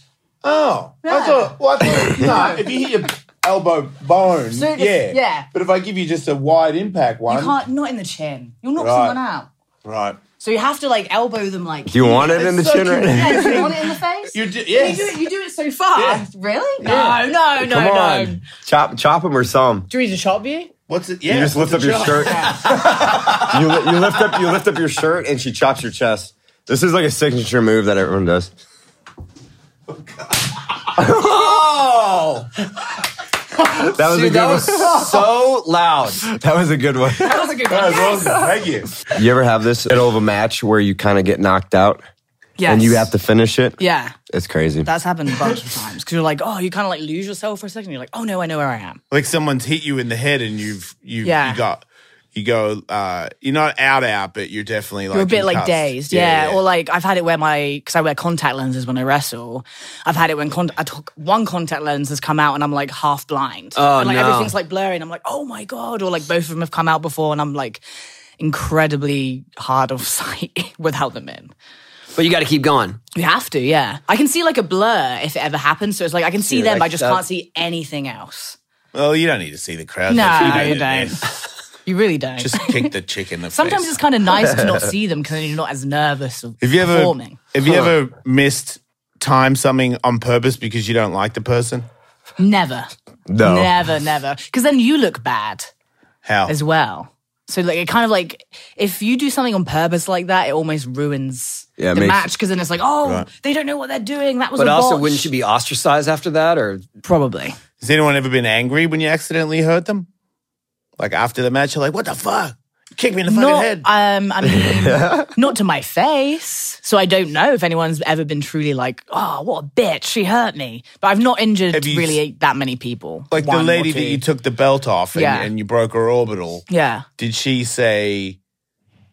Speaker 2: Oh, I
Speaker 4: Yeah.
Speaker 2: thought. Well, I thought. no, if you hit your elbow bone,
Speaker 4: So it's-
Speaker 2: yeah,
Speaker 4: yeah.
Speaker 2: But if I give you just a wide impact one,
Speaker 4: You can't not in the chin. You'll knock
Speaker 2: Right.
Speaker 4: someone out.
Speaker 2: right?
Speaker 4: So you have to like elbow them like.
Speaker 3: Do you want it in the
Speaker 2: It's so
Speaker 3: chin right now?
Speaker 4: Yeah, do you want it in the face?
Speaker 2: You do,
Speaker 4: You
Speaker 2: yes.
Speaker 4: do it. You do it so far.
Speaker 2: Yeah.
Speaker 4: Really?
Speaker 2: Yeah.
Speaker 4: No, no, no,
Speaker 3: Come
Speaker 4: no.
Speaker 3: on.
Speaker 4: Do
Speaker 3: Chop chop him or some.
Speaker 4: you need to chop you?
Speaker 2: What's it? Yeah,
Speaker 3: You just
Speaker 2: what's
Speaker 3: lift up
Speaker 2: the
Speaker 3: your shirt.
Speaker 2: job?
Speaker 3: you, li- you lift up you lift up your shirt and she chops your chest. This is like a signature move that everyone does.
Speaker 1: Oh,
Speaker 3: That was a
Speaker 1: dude,
Speaker 3: good
Speaker 1: that was
Speaker 3: one.
Speaker 1: so loud.
Speaker 3: That was a good one.
Speaker 4: That was a good one.
Speaker 2: That's awesome. Thank you.
Speaker 3: You ever have this middle of a match where you kind of get knocked out
Speaker 4: Yes.
Speaker 3: and you have to finish it?
Speaker 4: Yeah,
Speaker 3: It's crazy.
Speaker 4: that's happened a bunch of times because you're like, oh, you kind of like lose yourself for a second. You're like, oh no, I know where I am.
Speaker 2: Like someone's hit you in the head, and you've you
Speaker 4: Yeah.
Speaker 2: you got you go. uh You're not out out, but you're definitely like
Speaker 4: You're a bit like
Speaker 2: concussed.
Speaker 4: dazed, yeah. Or like I've had it where my because I wear contact lenses when I wrestle. I've had it when con- I took one contact lens has come out and I'm like half blind.
Speaker 1: Oh,
Speaker 4: and, like
Speaker 1: no.
Speaker 4: everything's like blurry, and I'm like, oh my god. Or like both of them have come out before, and I'm like incredibly hard of sight without them in.
Speaker 1: But you got to keep going.
Speaker 4: You have to, yeah. I can see like a blur if it ever happens. So it's like I can see
Speaker 1: Yeah,
Speaker 4: them,
Speaker 1: like
Speaker 4: but I just
Speaker 1: that-
Speaker 4: can't see anything else.
Speaker 2: well, you don't need to see the crowd.
Speaker 4: No,
Speaker 2: Like,
Speaker 4: you
Speaker 2: know,
Speaker 4: don't. You really don't.
Speaker 2: Just kick the chick in the
Speaker 4: Sometimes
Speaker 2: face.
Speaker 4: it's kind of nice to not see them because then you're not as nervous of
Speaker 2: Have you ever
Speaker 4: performing.
Speaker 2: have you ever missed time something on purpose because you don't like the person?
Speaker 4: Never.
Speaker 3: no.
Speaker 4: Never, never. Because then you look bad
Speaker 2: How?
Speaker 4: as well. So like it kind of like if you do something on purpose like that, it almost ruins
Speaker 3: Yeah, it
Speaker 4: the
Speaker 3: makes-
Speaker 4: match because then it's like, oh,
Speaker 2: Right.
Speaker 4: they don't know what they're doing. That was
Speaker 1: But
Speaker 4: a
Speaker 1: also,
Speaker 4: botch.
Speaker 1: wouldn't you be ostracized after that? Or
Speaker 4: probably.
Speaker 2: Has anyone ever been angry when you accidentally hurt them? Like after the match, you're like, "What the fuck? You kicked me in the fucking
Speaker 4: Not,
Speaker 2: head."
Speaker 4: um, I mean, not to my face. So I don't know if anyone's ever been truly like, oh, what a bitch, she hurt me. But I've not injured
Speaker 2: Have you-
Speaker 4: really that many people.
Speaker 2: like the
Speaker 4: One or
Speaker 2: lady that
Speaker 4: two.
Speaker 2: you took the belt off and,
Speaker 4: Yeah.
Speaker 2: and you broke her orbital.
Speaker 4: Yeah.
Speaker 2: Did she say,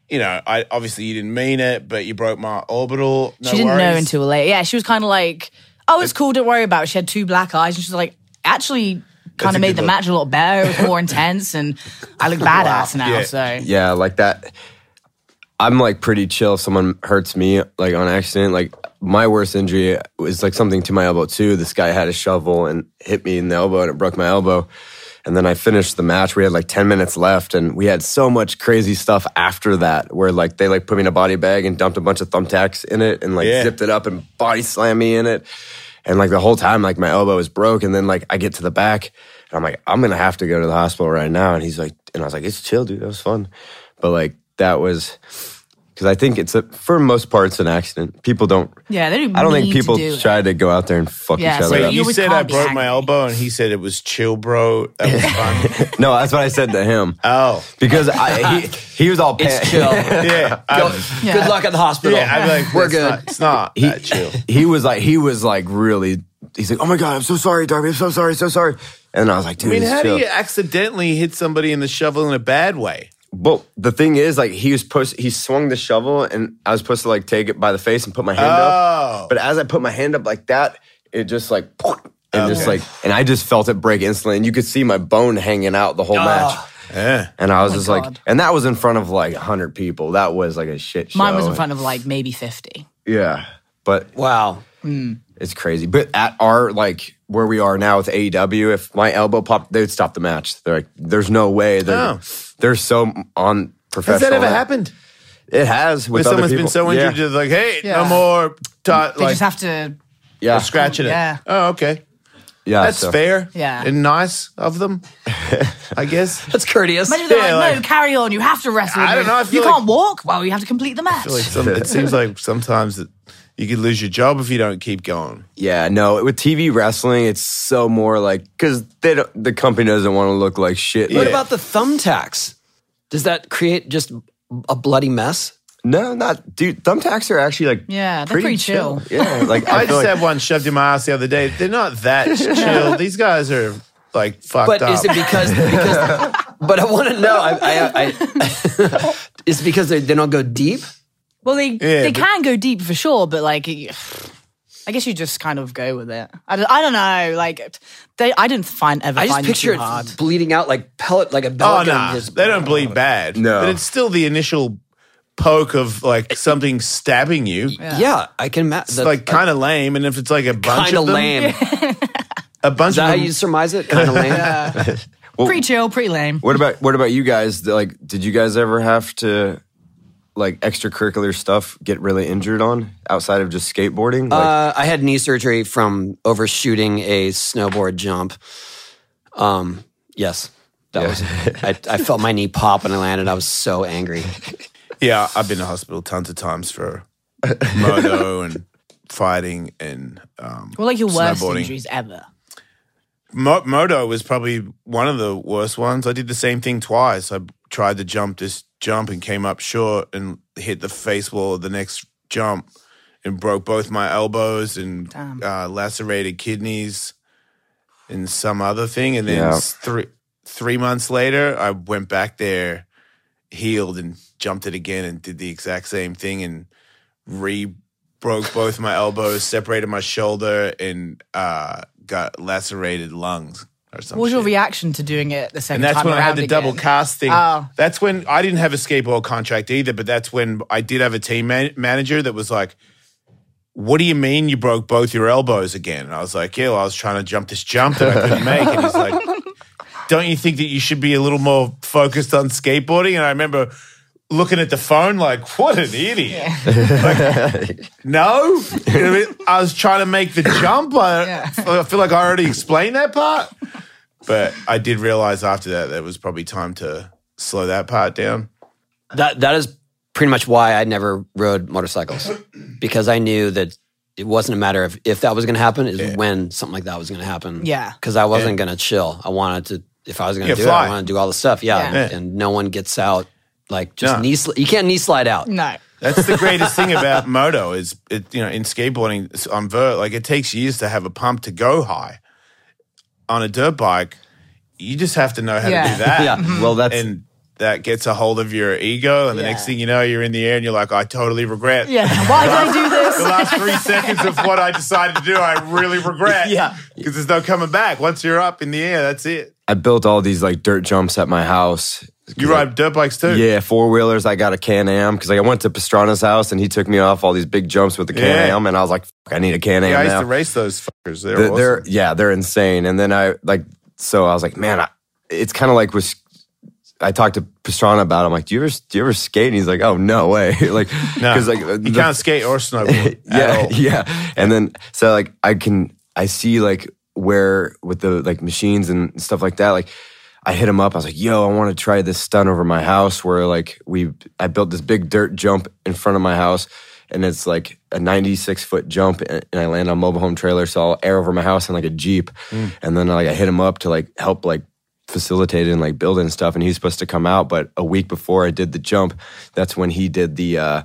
Speaker 2: you know, I obviously you didn't mean it, but you broke my orbital? No
Speaker 4: she didn't know
Speaker 2: worries.
Speaker 4: until later. Yeah, she was kind of like, "Oh, it's cool. Don't worry about it." She had two black eyes, and she was like, "Actually, kind
Speaker 2: a
Speaker 4: of made
Speaker 2: good
Speaker 4: the
Speaker 2: look.
Speaker 4: match a lot better. It was more intense, and I look badass now."
Speaker 2: Yeah.
Speaker 4: So
Speaker 3: Yeah, like that. I'm like pretty chill if someone hurts me like on accident. Like my worst injury was like something to my elbow too. This guy had a shovel and hit me in the elbow and it broke my elbow. And then I finished the match. We had like 10 minutes left and we had so much crazy stuff after that where like they like put me in a body bag and dumped a bunch of thumbtacks in it and like
Speaker 2: Yeah.
Speaker 3: zipped it up and body slammed me in it. And like the whole time, like my elbow was broke. And then like I get to the back and I'm like, I'm gonna have to go to the hospital right now. And he's like, and I was like, it's chill, dude. That was fun. But like that was because I think it's a, for most parts an accident. People don't.
Speaker 4: yeah, they don't.
Speaker 3: I don't
Speaker 4: mean
Speaker 3: think
Speaker 4: to do
Speaker 3: people
Speaker 4: it.
Speaker 3: try to go out there and fuck
Speaker 4: Yeah,
Speaker 3: each
Speaker 4: so
Speaker 3: other
Speaker 2: Wait,
Speaker 3: up.
Speaker 4: You
Speaker 2: you
Speaker 4: always
Speaker 2: said I
Speaker 4: can't be
Speaker 2: broke
Speaker 4: angry.
Speaker 2: my elbow, and he said it was chill, bro. That was fun.
Speaker 3: no, that's what I said to him
Speaker 2: oh,
Speaker 3: because I, he he was all pan-
Speaker 1: it's chill.
Speaker 2: yeah. I,
Speaker 1: Good luck at the hospital.
Speaker 2: yeah, I'd be like,
Speaker 1: We're
Speaker 2: "That's
Speaker 1: good.
Speaker 2: Not, it's not that chill.
Speaker 3: he was like he was like really. He's like, oh my god, I'm so sorry, Darby. I'm so sorry, so sorry. And I was like, dude,
Speaker 2: I mean,
Speaker 3: it's
Speaker 2: how
Speaker 3: chill.
Speaker 2: do you accidentally hit somebody in the shovel in a bad way?
Speaker 3: But the thing is, like he was supposed, he swung the shovel, and I was supposed to like take it by the face and put my hand
Speaker 2: Oh.
Speaker 3: up. But as I put my hand up like that, it just like and just like, and I just felt it break instantly, and you could see my bone hanging out the whole
Speaker 2: Oh.
Speaker 3: match.
Speaker 2: Yeah.
Speaker 3: And I was just like,
Speaker 4: Oh God.
Speaker 3: and that was in front of like hundred people. That was like a shit show.
Speaker 4: Mine was in front of like maybe fifty.
Speaker 3: Yeah, but
Speaker 1: Wow.
Speaker 3: it's crazy. But at our like where we are now with AEW, if my elbow popped, they'd stop the match. They're like, there's no way. They're
Speaker 2: Oh.
Speaker 3: they're so on.
Speaker 2: Has that
Speaker 3: professional
Speaker 2: ever
Speaker 3: now.
Speaker 2: happened?
Speaker 3: It has with
Speaker 2: Where
Speaker 3: other
Speaker 2: someone's been
Speaker 3: people.
Speaker 2: so
Speaker 3: Yeah.
Speaker 2: injured, just like, hey,
Speaker 4: Yeah.
Speaker 2: no more. Ta-
Speaker 4: They
Speaker 2: like,
Speaker 4: just have to
Speaker 3: Yeah.
Speaker 2: They're scratching it.
Speaker 4: Yeah.
Speaker 2: Oh, okay.
Speaker 3: Yeah,
Speaker 2: That's
Speaker 3: so-
Speaker 2: fair.
Speaker 4: Yeah.
Speaker 2: And nice of them, I guess.
Speaker 1: That's courteous.
Speaker 4: Imagine they're
Speaker 2: Yeah,
Speaker 4: like,
Speaker 2: like-
Speaker 4: no, carry on. You have to wrestle. with
Speaker 2: I don't know, I
Speaker 4: me.
Speaker 2: feel
Speaker 4: you
Speaker 2: like-
Speaker 4: can't walk. Well, you have to complete the match.
Speaker 2: feel like some, it seems like sometimes that you could lose your job if you don't keep going.
Speaker 3: Yeah, no. With TV wrestling, it's so more like because they don't, the company doesn't want to look like shit.
Speaker 1: What
Speaker 3: Like,
Speaker 1: about the thumbtacks? Does that create just a bloody mess?
Speaker 3: No, not dude. Thumbtacks are actually like
Speaker 4: Yeah, they're pretty chill.
Speaker 3: Yeah, like
Speaker 2: I,
Speaker 3: I,
Speaker 2: just
Speaker 3: feel like,
Speaker 2: had one shoved in my ass the other day. They're not that chill. These guys are like fucked
Speaker 1: But
Speaker 2: up.
Speaker 1: is it because? because but I want to know. I, I, I, is it because they, they don't go deep?
Speaker 4: well, they they
Speaker 2: but-
Speaker 4: can go deep for sure, but like, it- I guess you just kind of go with it. I don't, I don't know. Like, they, I didn't find ever
Speaker 1: I just
Speaker 4: find it
Speaker 1: picture
Speaker 4: too
Speaker 1: it
Speaker 4: hard.
Speaker 1: bleeding out like pellet, like a
Speaker 2: oh
Speaker 1: pellet.
Speaker 2: no,
Speaker 1: gun
Speaker 2: nah,
Speaker 1: just-
Speaker 2: they don't bleed bad.
Speaker 3: No.
Speaker 2: but it's still the initial poke of like something stabbing you.
Speaker 1: Yeah. I can imagine.
Speaker 2: It's like kind of lame, and if it's like a bunch
Speaker 1: kind of
Speaker 2: of them,
Speaker 1: lame. Is
Speaker 2: a bunch
Speaker 1: that
Speaker 2: of
Speaker 1: how
Speaker 2: them,
Speaker 1: you surmise it? Kind of lame.
Speaker 4: pretty chill, pretty lame.
Speaker 3: what about what about you guys? Like, did you guys ever have to like extracurricular stuff get really injured on outside of just skateboarding? Like,
Speaker 1: Uh, I had knee surgery from overshooting a snowboard jump. Um, yes, that was. I, I felt my knee pop when I landed. I was so angry.
Speaker 2: yeah, I've been to hospital tons of times for moto and fighting and um,
Speaker 4: Well, like your worst
Speaker 2: Snowboarding.
Speaker 4: injuries ever.
Speaker 2: Mo- Moto was probably one of the worst ones. I did the same thing twice. I tried to jump this jump and came up short and hit the face wall of the next jump and broke both my elbows and
Speaker 4: Damn.
Speaker 2: uh, lacerated kidneys and some other thing. And then
Speaker 3: Yeah.
Speaker 2: s- three three months later, I went back there, healed, and jumped it again and did the exact same thing and re broke both my elbows, separated my shoulder, and uh, got lacerated lungs or something.
Speaker 4: What was your reaction to doing it the second
Speaker 2: And that's
Speaker 4: time
Speaker 2: when I
Speaker 4: around
Speaker 2: had the double
Speaker 4: again?
Speaker 2: cast thing.
Speaker 4: Oh.
Speaker 2: That's when I didn't have a skateboard contract either, but that's when I did have a team man- manager that was like, what do you mean you broke both your elbows again? And I was like, yeah, well, I was trying to jump this jump that I couldn't make. And he's like, don't you think that you should be a little more focused on skateboarding? And I remember looking at the phone like, what an idiot. Like, no, You know what I, mean? I was trying to make the jump. I,
Speaker 4: Yeah.
Speaker 2: I feel like I already explained that part. But I did realize after that that it was probably time to slow that part down.
Speaker 1: That that is pretty much why I never rode motorcycles because I knew that it wasn't a matter of if that was going to happen. Is when something like that was going to happen.
Speaker 4: Yeah.
Speaker 1: because I wasn't going to chill. I wanted to. If I was going to
Speaker 2: Yeah,
Speaker 1: do it,
Speaker 2: fly.
Speaker 1: I wanted to do all the stuff. Yeah,
Speaker 4: Yeah.
Speaker 1: And, and no one gets out. Like just
Speaker 2: No.
Speaker 1: knee, sli- you can't knee slide out.
Speaker 4: No.
Speaker 2: That's the greatest thing about moto is it you know in skateboarding s- on vert like it takes years to have a pump to go high. On a dirt bike, you just have to know how to
Speaker 4: Yeah. Mm-hmm.
Speaker 2: do that.
Speaker 1: Yeah.
Speaker 3: well, that's
Speaker 2: And that gets a hold of your ego, and the
Speaker 4: Yeah.
Speaker 2: next thing you know, you're in the air, and you're like, "I totally regret
Speaker 4: Yeah. Why did I do
Speaker 2: the
Speaker 4: this?
Speaker 2: last three seconds of what I decided to do. I really regret,
Speaker 1: Yeah.
Speaker 2: because there's no coming back. Once you're up in the air, that's it.
Speaker 3: I built all these like dirt jumps at my house.
Speaker 2: You ride dirt bikes too,
Speaker 3: Yeah, four wheelers. I got a Can Am because like I went to Pastrana's house and he took me off all these big jumps with the Can
Speaker 2: Yeah.
Speaker 3: Am, and I was like, "Fuck, I need a Can Am
Speaker 2: Yeah, I used
Speaker 3: now.
Speaker 2: to race those fuckers. They're,
Speaker 3: they're,
Speaker 2: awesome.
Speaker 3: they're- yeah, they're insane. And then I like, so I was like, man, I, it's kind of like with. I talked to Pastrana about. It. I'm like, do you ever do you ever skate? And he's like, oh no way, like
Speaker 2: No,
Speaker 3: because like
Speaker 2: you
Speaker 3: the-
Speaker 2: can't skate or snowboard. at
Speaker 3: yeah
Speaker 2: all.
Speaker 3: yeah. And then so like I can I see like where with the like machines and stuff like that like. I hit him up. I was like, "Yo, I want to try this stunt over my house where like we I built this big dirt jump in front of my house, and it's like a 96 foot jump, and and I land on mobile home trailer, so I'll air over my house in like a jeep,
Speaker 2: Mm.
Speaker 3: and then like I hit him up to like help like facilitate and like build and stuff, and he's supposed to come out, but a week before I did the jump, that's when he did the. uh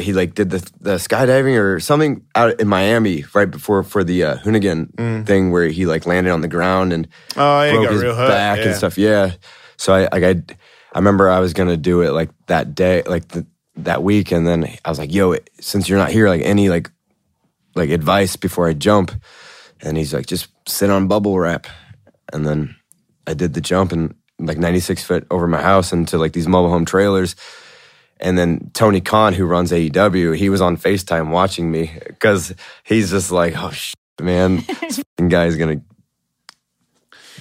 Speaker 3: he like did the the skydiving or something out in Miami right before for the uh, Hoonigan thing where he like landed on the ground and
Speaker 2: Oh, yeah, he
Speaker 3: broke
Speaker 2: got
Speaker 3: his
Speaker 2: real hurt,
Speaker 3: back
Speaker 2: yeah.
Speaker 3: and stuff. Yeah. So I like I I remember I was gonna do it like that day, like the, that week, and then I was like, "Yo, since you're not here, like any like like advice before I jump?" And he's like, "Just sit on bubble wrap." And then I did the jump and like 96 foot over my house into like these mobile home trailers. And then Tony Khan, who runs AEW, he was on FaceTime watching me because he's just like, "Oh shit, man, this f***ing guy's gonna."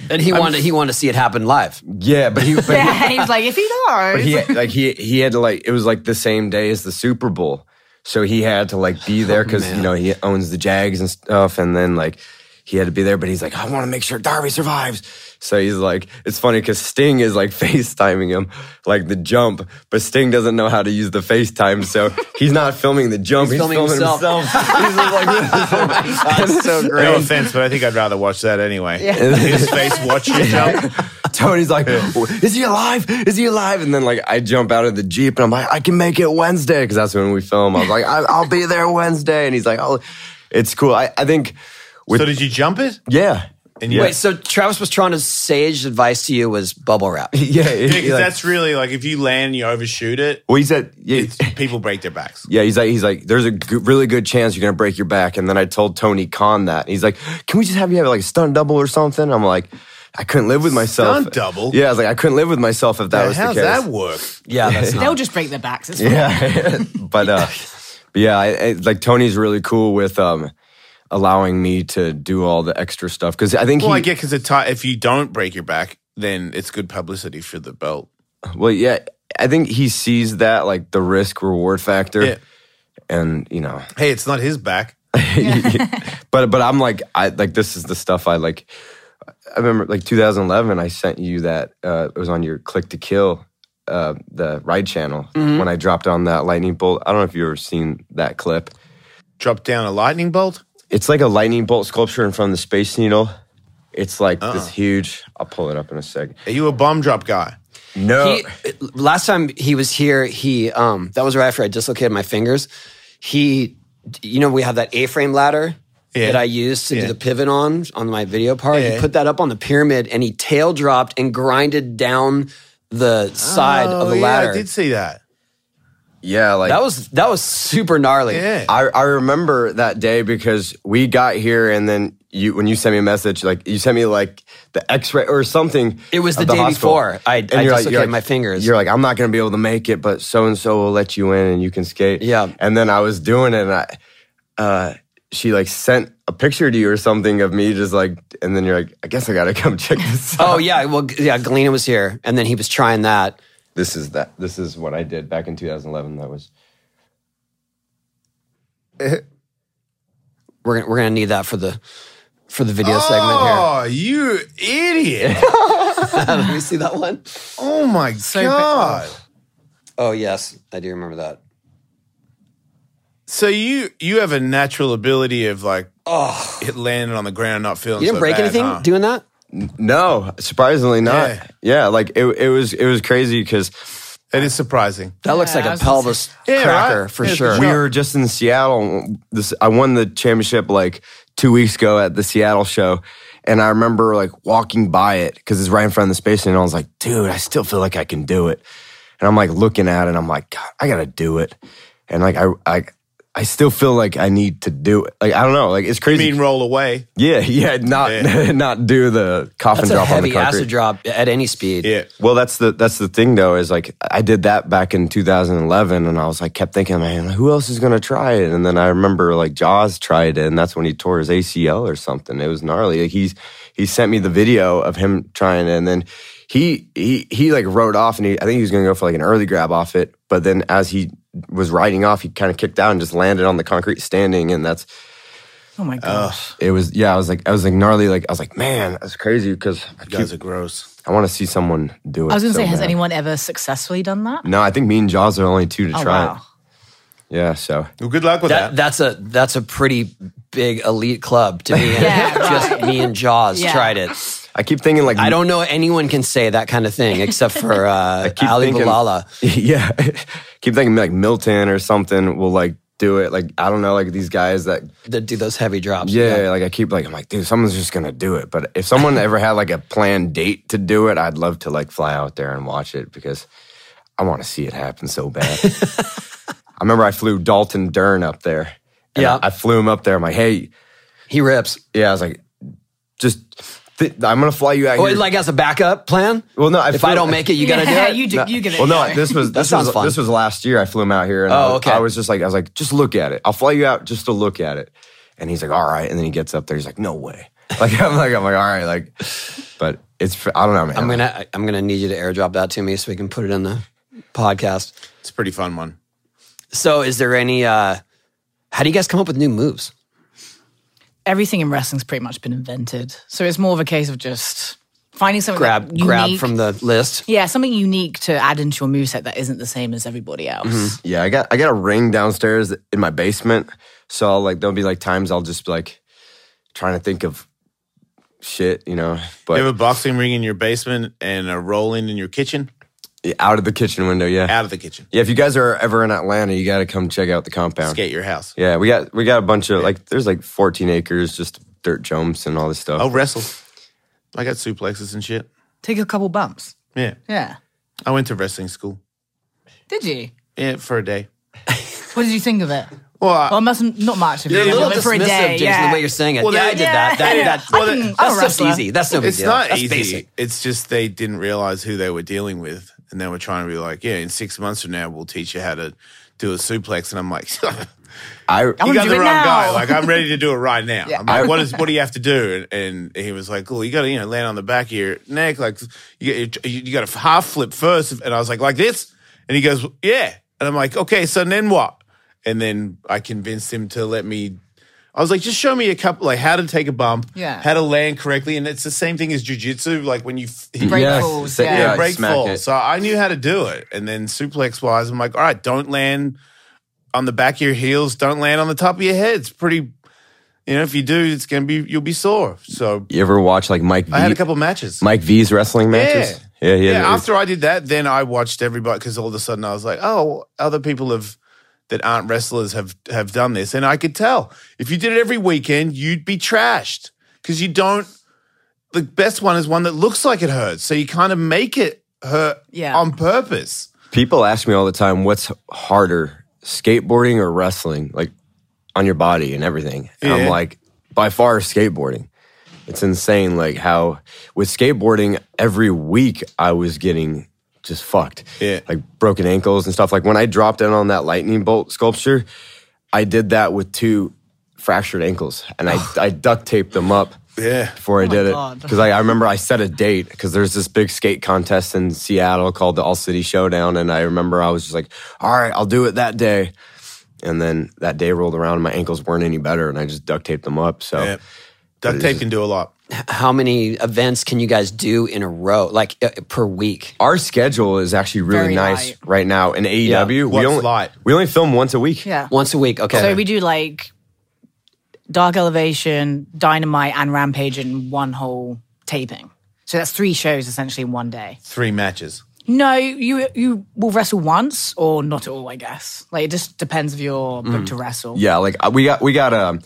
Speaker 1: And he wanted he wanted to see it happen live.
Speaker 3: Yeah, but he, but he
Speaker 4: yeah. And he was like, if he
Speaker 3: But
Speaker 4: knows.
Speaker 3: he like he he had to like it was like the same day as the Super Bowl. So he had to like be there because you
Speaker 1: man.
Speaker 3: know he owns the Jags and stuff, and then like he had to be there. But he's like, I want to make sure Darby survives. So he's like, it's funny because Sting is like FaceTiming him, like the jump, but Sting doesn't know how to use the FaceTime, so he's not filming the jump. He's,
Speaker 1: filming himself.
Speaker 3: he's just like, that's so great.
Speaker 2: No offense, but I think I'd rather watch that anyway. His face watching jump.
Speaker 3: Tony's like, "Is he alive? Is he alive?" And then like I jump out of the jeep and I'm like, "I can make it Wednesday," because that's when we film. I was like, I- "I'll be there Wednesday," and he's like, "Oh, it's cool." I, I think with
Speaker 2: So did you jump it?
Speaker 3: yeah,
Speaker 2: And you
Speaker 1: Wait, so Travis Pastrana's sage advice to you was bubble wrap.
Speaker 3: yeah.
Speaker 2: because
Speaker 3: he, like-
Speaker 2: that's really like if you land and you overshoot it,
Speaker 3: well, he said, yeah,
Speaker 2: it's, people break their backs.
Speaker 3: yeah. He's like, he's like, "There's a g- really good chance you're gonna break your back." And then I told Tony Khan that, and he's like, "Can we just have you have like a stunt double or something?" I'm like. I couldn't live with myself.
Speaker 2: Stunt double?
Speaker 3: Yeah, I was like, I couldn't live with myself if that was the
Speaker 2: How's
Speaker 3: case.
Speaker 2: that work?
Speaker 1: Yeah, that's not.
Speaker 4: They'll just break their backs. It's fine.
Speaker 3: Yeah, but uh, but yeah, I, I, like Tony's really cool with um, allowing me to do all the extra stuff because I think
Speaker 2: Well,
Speaker 3: he,
Speaker 2: I get because if you don't break your back, then it's good publicity for the belt.
Speaker 3: well, yeah, I think he sees that like the risk reward factor,
Speaker 2: Yeah.
Speaker 3: and you know,
Speaker 2: Hey, it's not his back.
Speaker 3: but but I'm like I like this is the stuff I like. I remember like 2011, I sent you that uh, it was on your Click to Kill. Uh, the ride channel
Speaker 2: Mm-hmm.
Speaker 3: when I dropped on that lightning bolt. I don't know if you've ever seen that clip.
Speaker 2: Drop down a lightning bolt.
Speaker 3: It's like a lightning bolt sculpture in front of the Space Needle. It's like this huge. I'll pull it up in a second.
Speaker 2: Are you a bomb drop guy? uh,
Speaker 3: No,
Speaker 1: He, last time he was here, he um, that was right after I dislocated my fingers. He, you know, we have that A-frame ladder
Speaker 2: Yeah.
Speaker 1: that I used to
Speaker 2: Yeah.
Speaker 1: do the pivot on on my video part. He
Speaker 2: Yeah.
Speaker 1: put that up on the pyramid and he tail dropped and grinded down the side of the
Speaker 2: Oh, yeah,
Speaker 1: ladder.
Speaker 2: I did see that.
Speaker 3: yeah, like
Speaker 1: that was that was super gnarly.
Speaker 2: Yeah.
Speaker 3: I, I remember that day because we got here and then you when you sent me a message like you sent me like the X-ray or something.
Speaker 1: It was
Speaker 3: of
Speaker 1: the day
Speaker 3: hospital.
Speaker 1: before I-
Speaker 3: And
Speaker 1: I
Speaker 3: you're
Speaker 1: dislocated
Speaker 3: you're
Speaker 1: my fingers.
Speaker 3: You're like I'm not gonna be able to make it, but so and so will let you in and you can skate.
Speaker 1: Yeah.
Speaker 3: and then I was doing it and I. Uh, she like sent a picture to you or something of me just like and then you're like i guess i gotta come check this out
Speaker 1: Oh yeah, well yeah, Galena was here and then he was trying that.
Speaker 3: this is that this is what i did back in 2011 that was
Speaker 1: We're gonna, we're going to need that for the for the video segment here.
Speaker 2: Oh, you idiot!
Speaker 1: Let me see that one.
Speaker 2: Oh my god!
Speaker 1: Oh yes, I do remember that.
Speaker 2: So you you have a natural ability of like it landing on the ground, not feeling.
Speaker 1: Oh, You didn't
Speaker 2: so
Speaker 1: break
Speaker 2: bad,
Speaker 1: anything
Speaker 2: huh?
Speaker 1: doing that?
Speaker 3: no surprisingly not
Speaker 2: Yeah.
Speaker 3: yeah, like it, it was it was crazy because
Speaker 2: It is surprising.
Speaker 1: That looks
Speaker 4: Yeah,
Speaker 1: like
Speaker 4: I
Speaker 1: a
Speaker 4: was gonna
Speaker 1: pelvis
Speaker 2: Yeah,
Speaker 1: cracker
Speaker 2: right?
Speaker 1: for
Speaker 2: Yeah,
Speaker 1: sure.
Speaker 3: we were just in seattle this i won the championship like two weeks ago at the seattle show and i remember like walking by it because it's right in front of the space and i was like dude i still feel like i can do it and i'm like looking at it and i'm like god i gotta do it and like i i I still feel like I need to do it. Like I don't know. Like it's
Speaker 2: I
Speaker 3: crazy.
Speaker 2: mean, roll away.
Speaker 3: Yeah, yeah, not
Speaker 2: Yeah.
Speaker 3: not do the coffin
Speaker 1: That's a
Speaker 3: drop on the
Speaker 1: heavy
Speaker 3: concrete.
Speaker 1: acid drop at any speed.
Speaker 2: Yeah.
Speaker 3: Well, that's the that's the thing though is like I did that back in 2011, and I was like kept thinking, man, who else is gonna try it? And then I remember like Jaws tried it, and that's when he tore his ACL or something. It was gnarly. Like, he's he sent me the video of him trying it, and then he he he like rode off, and he I think he was gonna go for like an early grab off it, but then as he was riding off, he kind of kicked out and just landed on the concrete standing, and that's
Speaker 4: Oh my gosh.
Speaker 3: it was yeah. I was like I was like gnarly. Like I was like man, that's crazy because I
Speaker 2: You
Speaker 3: keep
Speaker 2: guys are gross.
Speaker 3: I want to see someone do it.
Speaker 4: I was going to
Speaker 3: so
Speaker 4: say, has
Speaker 3: bad. Mm,
Speaker 4: anyone ever successfully done that?
Speaker 3: No, I think me and Jaws are the only two to
Speaker 4: Oh,
Speaker 3: try.
Speaker 4: wow.
Speaker 3: It. Yeah, so
Speaker 2: Well, good luck with
Speaker 1: That,
Speaker 2: that.
Speaker 1: that's a that's a pretty big elite club to be in.
Speaker 4: Yeah,
Speaker 1: Just
Speaker 4: right.
Speaker 1: me and Jaws
Speaker 4: Yeah.
Speaker 1: tried it.
Speaker 3: I keep thinking like
Speaker 1: I don't know anyone can say that kind of thing except for uh,
Speaker 3: keep
Speaker 1: Ali
Speaker 3: thinking-
Speaker 1: Balala.
Speaker 3: yeah, keep thinking like Milton or something will like do it. Like I don't know, like these guys that
Speaker 1: that do those heavy drops.
Speaker 3: yeah, like I keep like I'm like dude, someone's just gonna do it. But if someone ever had like a planned date to do it, I'd love to like fly out there and watch it because I want to see it happen so bad. I remember I flew Dalton Dern up there. and
Speaker 1: Yeah.
Speaker 3: I, I flew him up there. I'm like, hey,
Speaker 1: he rips.
Speaker 3: yeah, I was like, just th- I'm gonna fly you out
Speaker 1: Oh,
Speaker 3: here.
Speaker 1: like as a backup plan.
Speaker 3: well, no, I
Speaker 1: if
Speaker 3: flew-
Speaker 1: I don't make it, you gotta
Speaker 4: yeah,
Speaker 1: do it.
Speaker 4: you, do,
Speaker 3: No-
Speaker 4: you give it
Speaker 3: Uh, Well,
Speaker 4: a
Speaker 3: no,
Speaker 4: go.
Speaker 3: this was this
Speaker 1: sounds
Speaker 3: was
Speaker 1: fun.
Speaker 3: this was last year. I flew him out here, and
Speaker 1: Oh,
Speaker 3: I, was-
Speaker 1: okay.
Speaker 3: I was just like, I was like, just look at it. I'll fly you out just to look at it. And he's like, all right. And then he gets up there, he's like, no way. Like I'm like I'm like, all right, like, but it's fr- I don't know, man.
Speaker 1: I'm gonna I'm gonna need you to airdrop that to me so we can put it in the podcast.
Speaker 2: It's a pretty fun one.
Speaker 1: So, is there any? Uh, how do you guys come up with new moves?
Speaker 4: Everything in wrestling's pretty much been invented. So it's more of a case of just finding something
Speaker 1: Grab,
Speaker 4: that
Speaker 1: grab
Speaker 4: unique-
Speaker 1: from the list.
Speaker 4: yeah, something unique to add into your moveset that isn't the same as everybody else.
Speaker 3: Yeah, I got I got a ring downstairs in my basement. So I'll like there'll be like times I'll just be like trying to think of shit, you know. But
Speaker 2: You have a boxing ring in your basement and a rolling in your kitchen.
Speaker 3: Yeah, out of the kitchen window, yeah.
Speaker 2: Out of the kitchen.
Speaker 3: Yeah, if you guys are ever in Atlanta, you got to come check out the compound.
Speaker 2: Skate your house.
Speaker 3: Yeah, we got we got a bunch of like there's like 14 acres just dirt jumps and all this stuff.
Speaker 2: I'll wrestle. I got suplexes and shit.
Speaker 4: Take a couple bumps.
Speaker 2: Yeah.
Speaker 4: Yeah.
Speaker 2: I went to wrestling school.
Speaker 4: Did you?
Speaker 2: Yeah, for a day.
Speaker 4: What did you think of Oh, it?
Speaker 2: Well, I-
Speaker 4: Well, must not much. If
Speaker 1: You're a
Speaker 4: you
Speaker 1: little
Speaker 4: do it
Speaker 1: dismissive,
Speaker 4: for a day,
Speaker 1: Jason,
Speaker 4: yeah.
Speaker 1: the way you're saying it.
Speaker 2: Well,
Speaker 1: yeah,
Speaker 2: that-
Speaker 1: I did that. that,
Speaker 4: yeah.
Speaker 1: that,
Speaker 4: I can-
Speaker 1: that-
Speaker 4: I'm a
Speaker 1: that stuff's
Speaker 4: wrestler.
Speaker 1: easy. That's no big
Speaker 2: it's
Speaker 1: deal.
Speaker 2: not
Speaker 1: That's
Speaker 2: easy.
Speaker 1: basic.
Speaker 2: It's just they didn't realize who they were dealing with, and they were trying to be like, "Yeah, in six months from now, we'll teach you how to do a suplex." And I'm like,
Speaker 3: I
Speaker 2: "You
Speaker 4: wanna
Speaker 2: got
Speaker 4: do
Speaker 2: the
Speaker 4: it
Speaker 2: wrong
Speaker 4: now."
Speaker 2: guy. Like, I'm ready to do it right now."
Speaker 4: Yeah.
Speaker 2: I'm like, "What is? What do you have to do?" And, and he was like, "Cool, you got to you know land on the back of your neck, like you, got- you, you got to half flip first. And I was like, "Like this," and he goes, "Yeah," and I'm like, "Okay, so then what?" And then I convinced him to let me. I was like, just show me a couple, like how to take a bump,
Speaker 4: Yeah.
Speaker 2: how to land correctly, and it's the same thing as jujitsu. Like when you f- he
Speaker 4: Break
Speaker 3: Yes,
Speaker 4: falls,
Speaker 3: say-
Speaker 4: yeah.
Speaker 2: yeah,
Speaker 3: like,
Speaker 2: break
Speaker 3: smack
Speaker 2: fall.
Speaker 3: it.
Speaker 2: So I knew how to do it. And then suplex wise, I'm like, all right, don't land on the back of your heels, don't land on the top of your head. It's pretty, you know, if you do, it's gonna be you'll be sore. So
Speaker 3: you ever watch like Mike
Speaker 2: I had
Speaker 3: V-
Speaker 2: a couple matches.
Speaker 3: Mike V's wrestling matches? Yeah, yeah.
Speaker 2: yeah. After I did that, then I watched everybody because all of a sudden I was like, oh, other people have that aren't wrestlers have have done this, and I could tell if you did it every weekend, you'd be trashed because you don't. The best one is one that looks like it hurts, so you kind of make it hurt
Speaker 4: Yeah.
Speaker 2: on purpose.
Speaker 3: People ask me all the time, what's harder, skateboarding or wrestling? Like on your body and everything. And I'm
Speaker 2: Yeah.
Speaker 3: like, by far, skateboarding. It's insane, like how with skateboarding, every week I was getting just fucked.
Speaker 2: Yeah.
Speaker 3: Like broken ankles and stuff. Like when I dropped in on that lightning bolt sculpture, I did that with two fractured ankles and I, I duct taped them up.
Speaker 2: Yeah.
Speaker 3: Before I did it,
Speaker 4: Oh God.
Speaker 3: because I, I remember I set a date because there's this big skate contest in Seattle called the All City Showdown, and I remember I was just like, "All right, I'll do it that day." And then that day rolled around, and my ankles weren't any better, and I just duct taped them up. So
Speaker 2: Yeah. Duct tape can do a lot.
Speaker 1: How many events can you guys do in a row, like uh, per week?
Speaker 3: our schedule is actually really
Speaker 4: Very
Speaker 3: nice
Speaker 4: light.
Speaker 3: right now in AEW.
Speaker 2: What's
Speaker 3: we only
Speaker 2: light?
Speaker 3: we only film once a week.
Speaker 4: Yeah.
Speaker 1: Once a week. Okay.
Speaker 4: So we do like Dark Elevation, Dynamite, and Rampage in one whole taping. So that's three shows essentially in one day.
Speaker 2: Three matches.
Speaker 4: No, you you will wrestle once or not at all, I guess. Like it just depends if you're
Speaker 1: Mm.
Speaker 4: booked to wrestle.
Speaker 3: Yeah, like uh, we got we got a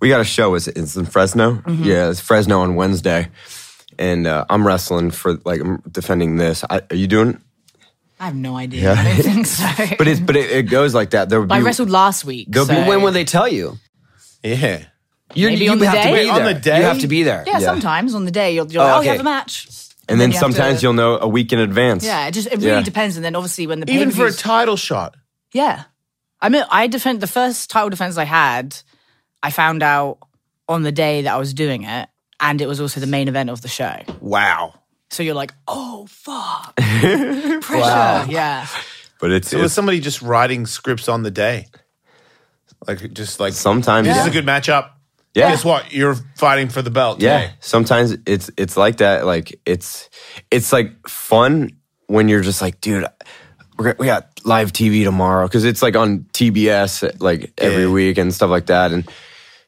Speaker 3: we got a show. Is it's in Fresno?
Speaker 4: Mm-hmm.
Speaker 3: Yeah, it's Fresno on Wednesday, and uh, I'm wrestling for like I'm defending this. I, are you doing?
Speaker 4: I have no idea. I don't think so.
Speaker 3: But it's but it, it goes like that. There would be
Speaker 4: I wrestled last week.
Speaker 3: There'll be-
Speaker 4: so-
Speaker 1: when will they tell you?
Speaker 2: Yeah.
Speaker 1: You're,
Speaker 4: Maybe
Speaker 1: you
Speaker 4: on the
Speaker 1: have
Speaker 4: day?
Speaker 1: to be
Speaker 4: Wait,
Speaker 1: there.
Speaker 2: on the day?
Speaker 1: You have to be there.
Speaker 4: yeah,
Speaker 3: Yeah.
Speaker 4: sometimes on the day you'll, you're like,
Speaker 1: Oh,
Speaker 4: oh, you
Speaker 1: okay.
Speaker 4: have a match.
Speaker 3: and then
Speaker 4: you have to-
Speaker 3: sometimes you'll know a week in advance.
Speaker 4: Yeah, it just it really
Speaker 3: Yeah.
Speaker 4: depends. And then obviously when the
Speaker 2: Even for a
Speaker 4: pay-per-views-
Speaker 2: title shot.
Speaker 4: Yeah. I mean, I defend the first title defense I had, I found out on the day that I was doing it. And it was also the main event of the show.
Speaker 2: Wow.
Speaker 4: So you're like, oh, fuck. Pressure. Yeah.
Speaker 3: but it's,
Speaker 2: So was
Speaker 3: it's
Speaker 2: somebody just writing scripts on the day? Like just like
Speaker 3: sometimes
Speaker 2: this
Speaker 3: yeah.
Speaker 2: is a good matchup.
Speaker 3: Yeah.
Speaker 2: Guess what? You're fighting for the belt.
Speaker 3: yeah.
Speaker 2: today.
Speaker 3: Sometimes it's it's like that. Like it's it's like fun when you're just like, dude, we're, gonna- we got live TV tomorrow because it's like on TBS like every
Speaker 2: Yeah.
Speaker 3: week and stuff like that. And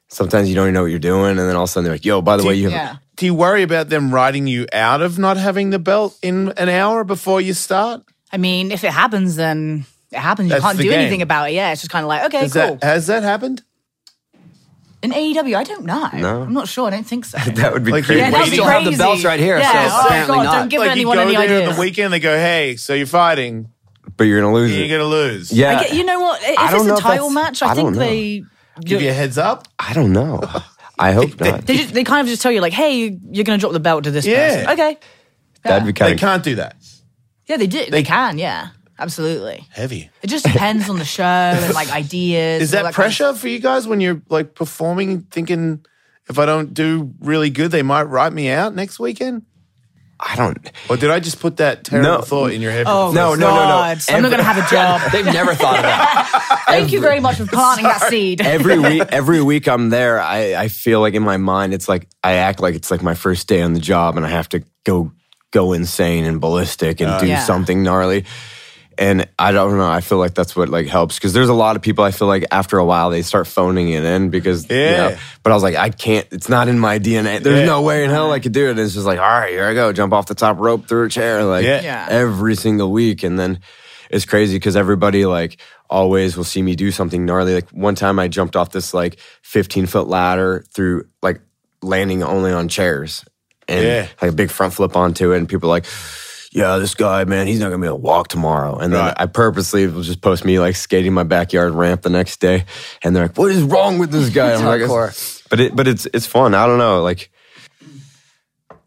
Speaker 3: sometimes you don't even know what you're doing, and then all of a sudden they're like, yo, by the way, you have
Speaker 4: Yeah.
Speaker 2: Do you worry about them writing you out of not having the belt in an hour before you start?
Speaker 4: I mean, if it happens, then it happens. You
Speaker 2: That's
Speaker 4: can't
Speaker 2: the
Speaker 4: do
Speaker 2: game.
Speaker 4: anything about it. Yeah. It's just kind of like, okay,
Speaker 2: Is
Speaker 4: cool.
Speaker 2: that, has that happened?
Speaker 4: In AEW, I don't know.
Speaker 3: No.
Speaker 4: I'm not sure. I don't think so.
Speaker 3: that would be
Speaker 2: Like,
Speaker 3: crazy.
Speaker 2: yeah,
Speaker 4: yeah, that's
Speaker 2: We still have
Speaker 1: the
Speaker 4: crazy.
Speaker 1: belts right here,
Speaker 4: Yeah.
Speaker 1: so
Speaker 4: oh,
Speaker 1: apparently
Speaker 4: God,
Speaker 1: not.
Speaker 4: Don't give
Speaker 2: like
Speaker 4: anyone
Speaker 2: you go
Speaker 4: any
Speaker 2: there
Speaker 4: ideas.
Speaker 2: on the weekend, they go, "Hey, so you're fighting,
Speaker 3: but you're gonna lose
Speaker 2: you're
Speaker 3: it.
Speaker 2: gonna lose."
Speaker 3: Yeah,
Speaker 4: I get, you know what? If
Speaker 3: I don't
Speaker 4: it's
Speaker 3: know
Speaker 4: a
Speaker 3: if
Speaker 4: title
Speaker 3: that's-
Speaker 4: match, I,
Speaker 3: I
Speaker 4: think
Speaker 3: don't know.
Speaker 4: they.
Speaker 2: give you a heads up.
Speaker 3: I don't know. I hope not.
Speaker 4: They, just, they kind of just tell you like, "Hey, you're going to drop the belt to this
Speaker 2: Yeah.
Speaker 4: person." Okay,
Speaker 3: That'd be
Speaker 2: They
Speaker 3: kind of
Speaker 2: can't do that.
Speaker 4: Yeah, they do. They, can. Yeah, absolutely.
Speaker 2: Heavy.
Speaker 4: It just depends on the show and like ideas.
Speaker 2: Is
Speaker 4: and all
Speaker 2: that
Speaker 4: kind of-
Speaker 2: pressure for you guys when you're like performing, thinking if I don't do really good, they might write me out next weekend?
Speaker 3: I don't.
Speaker 2: Or did I just put that terrible
Speaker 3: No.
Speaker 2: thought in your head?
Speaker 4: Oh,
Speaker 3: No, no, no, no.
Speaker 4: God. I'm not
Speaker 3: Every-
Speaker 4: going to have a job.
Speaker 1: They've never thought of that.
Speaker 4: Thank you very much for planting that seed.
Speaker 3: every week every week I'm there, I, I feel like in my mind it's like I act like it's like my first day on the job and I have to go go insane and ballistic and do
Speaker 4: Uh, Yeah.
Speaker 3: something gnarly. And I don't know. I feel like that's what like helps because there's a lot of people. I feel like after a while they start phoning it in because you know,
Speaker 2: Yeah.
Speaker 3: but I was like, I can't. It's not in my DNA. There's
Speaker 2: Yeah.
Speaker 3: no way in hell I could do it. And it's just like, all right, here I go, jump off the top rope through a chair, like
Speaker 2: Yeah.
Speaker 4: Yeah.
Speaker 3: every single week. And then it's crazy because everybody like always will see me do something gnarly. Like one time I jumped off this like 15 foot ladder through like landing only on chairs and
Speaker 2: Yeah.
Speaker 3: like a big front flip onto it. And people are like, yeah, this guy, man, he's not gonna be able to walk tomorrow. And then
Speaker 2: Right.
Speaker 3: I purposely will just post me like skating my backyard ramp the next day. And they're like, what is wrong with this guy? I'm like,
Speaker 1: Hardcore.
Speaker 3: but it, but it's it's fun. I don't know. Like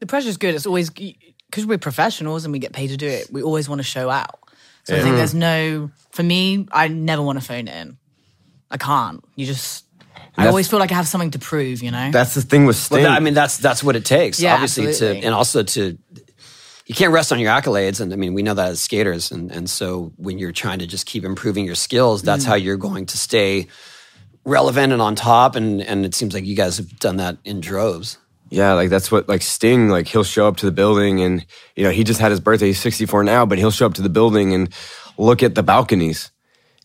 Speaker 4: The pressure's good. It's always because we're professionals and we get paid to do it. We always want to show out. So I think there's no for me. I never want to phone it in. I can't. You just. I
Speaker 3: that's-
Speaker 4: always feel like I have something to prove. You know.
Speaker 3: that's the thing with Sting.
Speaker 1: But that, I mean, that's that's what it takes,
Speaker 4: Yeah,
Speaker 1: obviously,
Speaker 4: absolutely.
Speaker 1: to and also to. You can't rest on your accolades, and I mean, we know that as skaters, and and so when you're trying to just keep improving your skills,
Speaker 4: Mm.
Speaker 1: that's how you're going to stay relevant and on top. And and it seems like you guys have done that in droves.
Speaker 3: yeah, like that's what like Sting. Like he'll show up to the building, and you know he just had his birthday. He's sixty four now, but he'll show up to the building and look at the balconies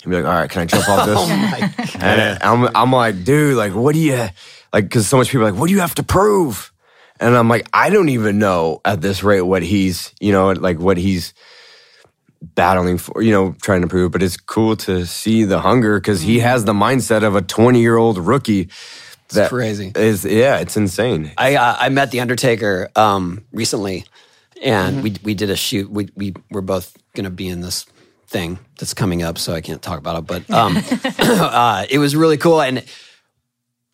Speaker 3: and be like, "All right, can I jump off this?" and I'm I'm like, dude, like what do you like? Because so much people are like, what do you have to prove? And I'm like, I don't even know at this rate what he's you know like what he's battling for, you know, trying to prove. But it's cool to see the hunger because he has the mindset of a 20 year old rookie. That's
Speaker 1: crazy.
Speaker 3: Is yeah, it's insane.
Speaker 1: I uh, I met the Undertaker um, recently, and we we did a shoot. We we were both gonna be in this thing that's coming up, so I can't talk about it. But um, uh, it was really cool, and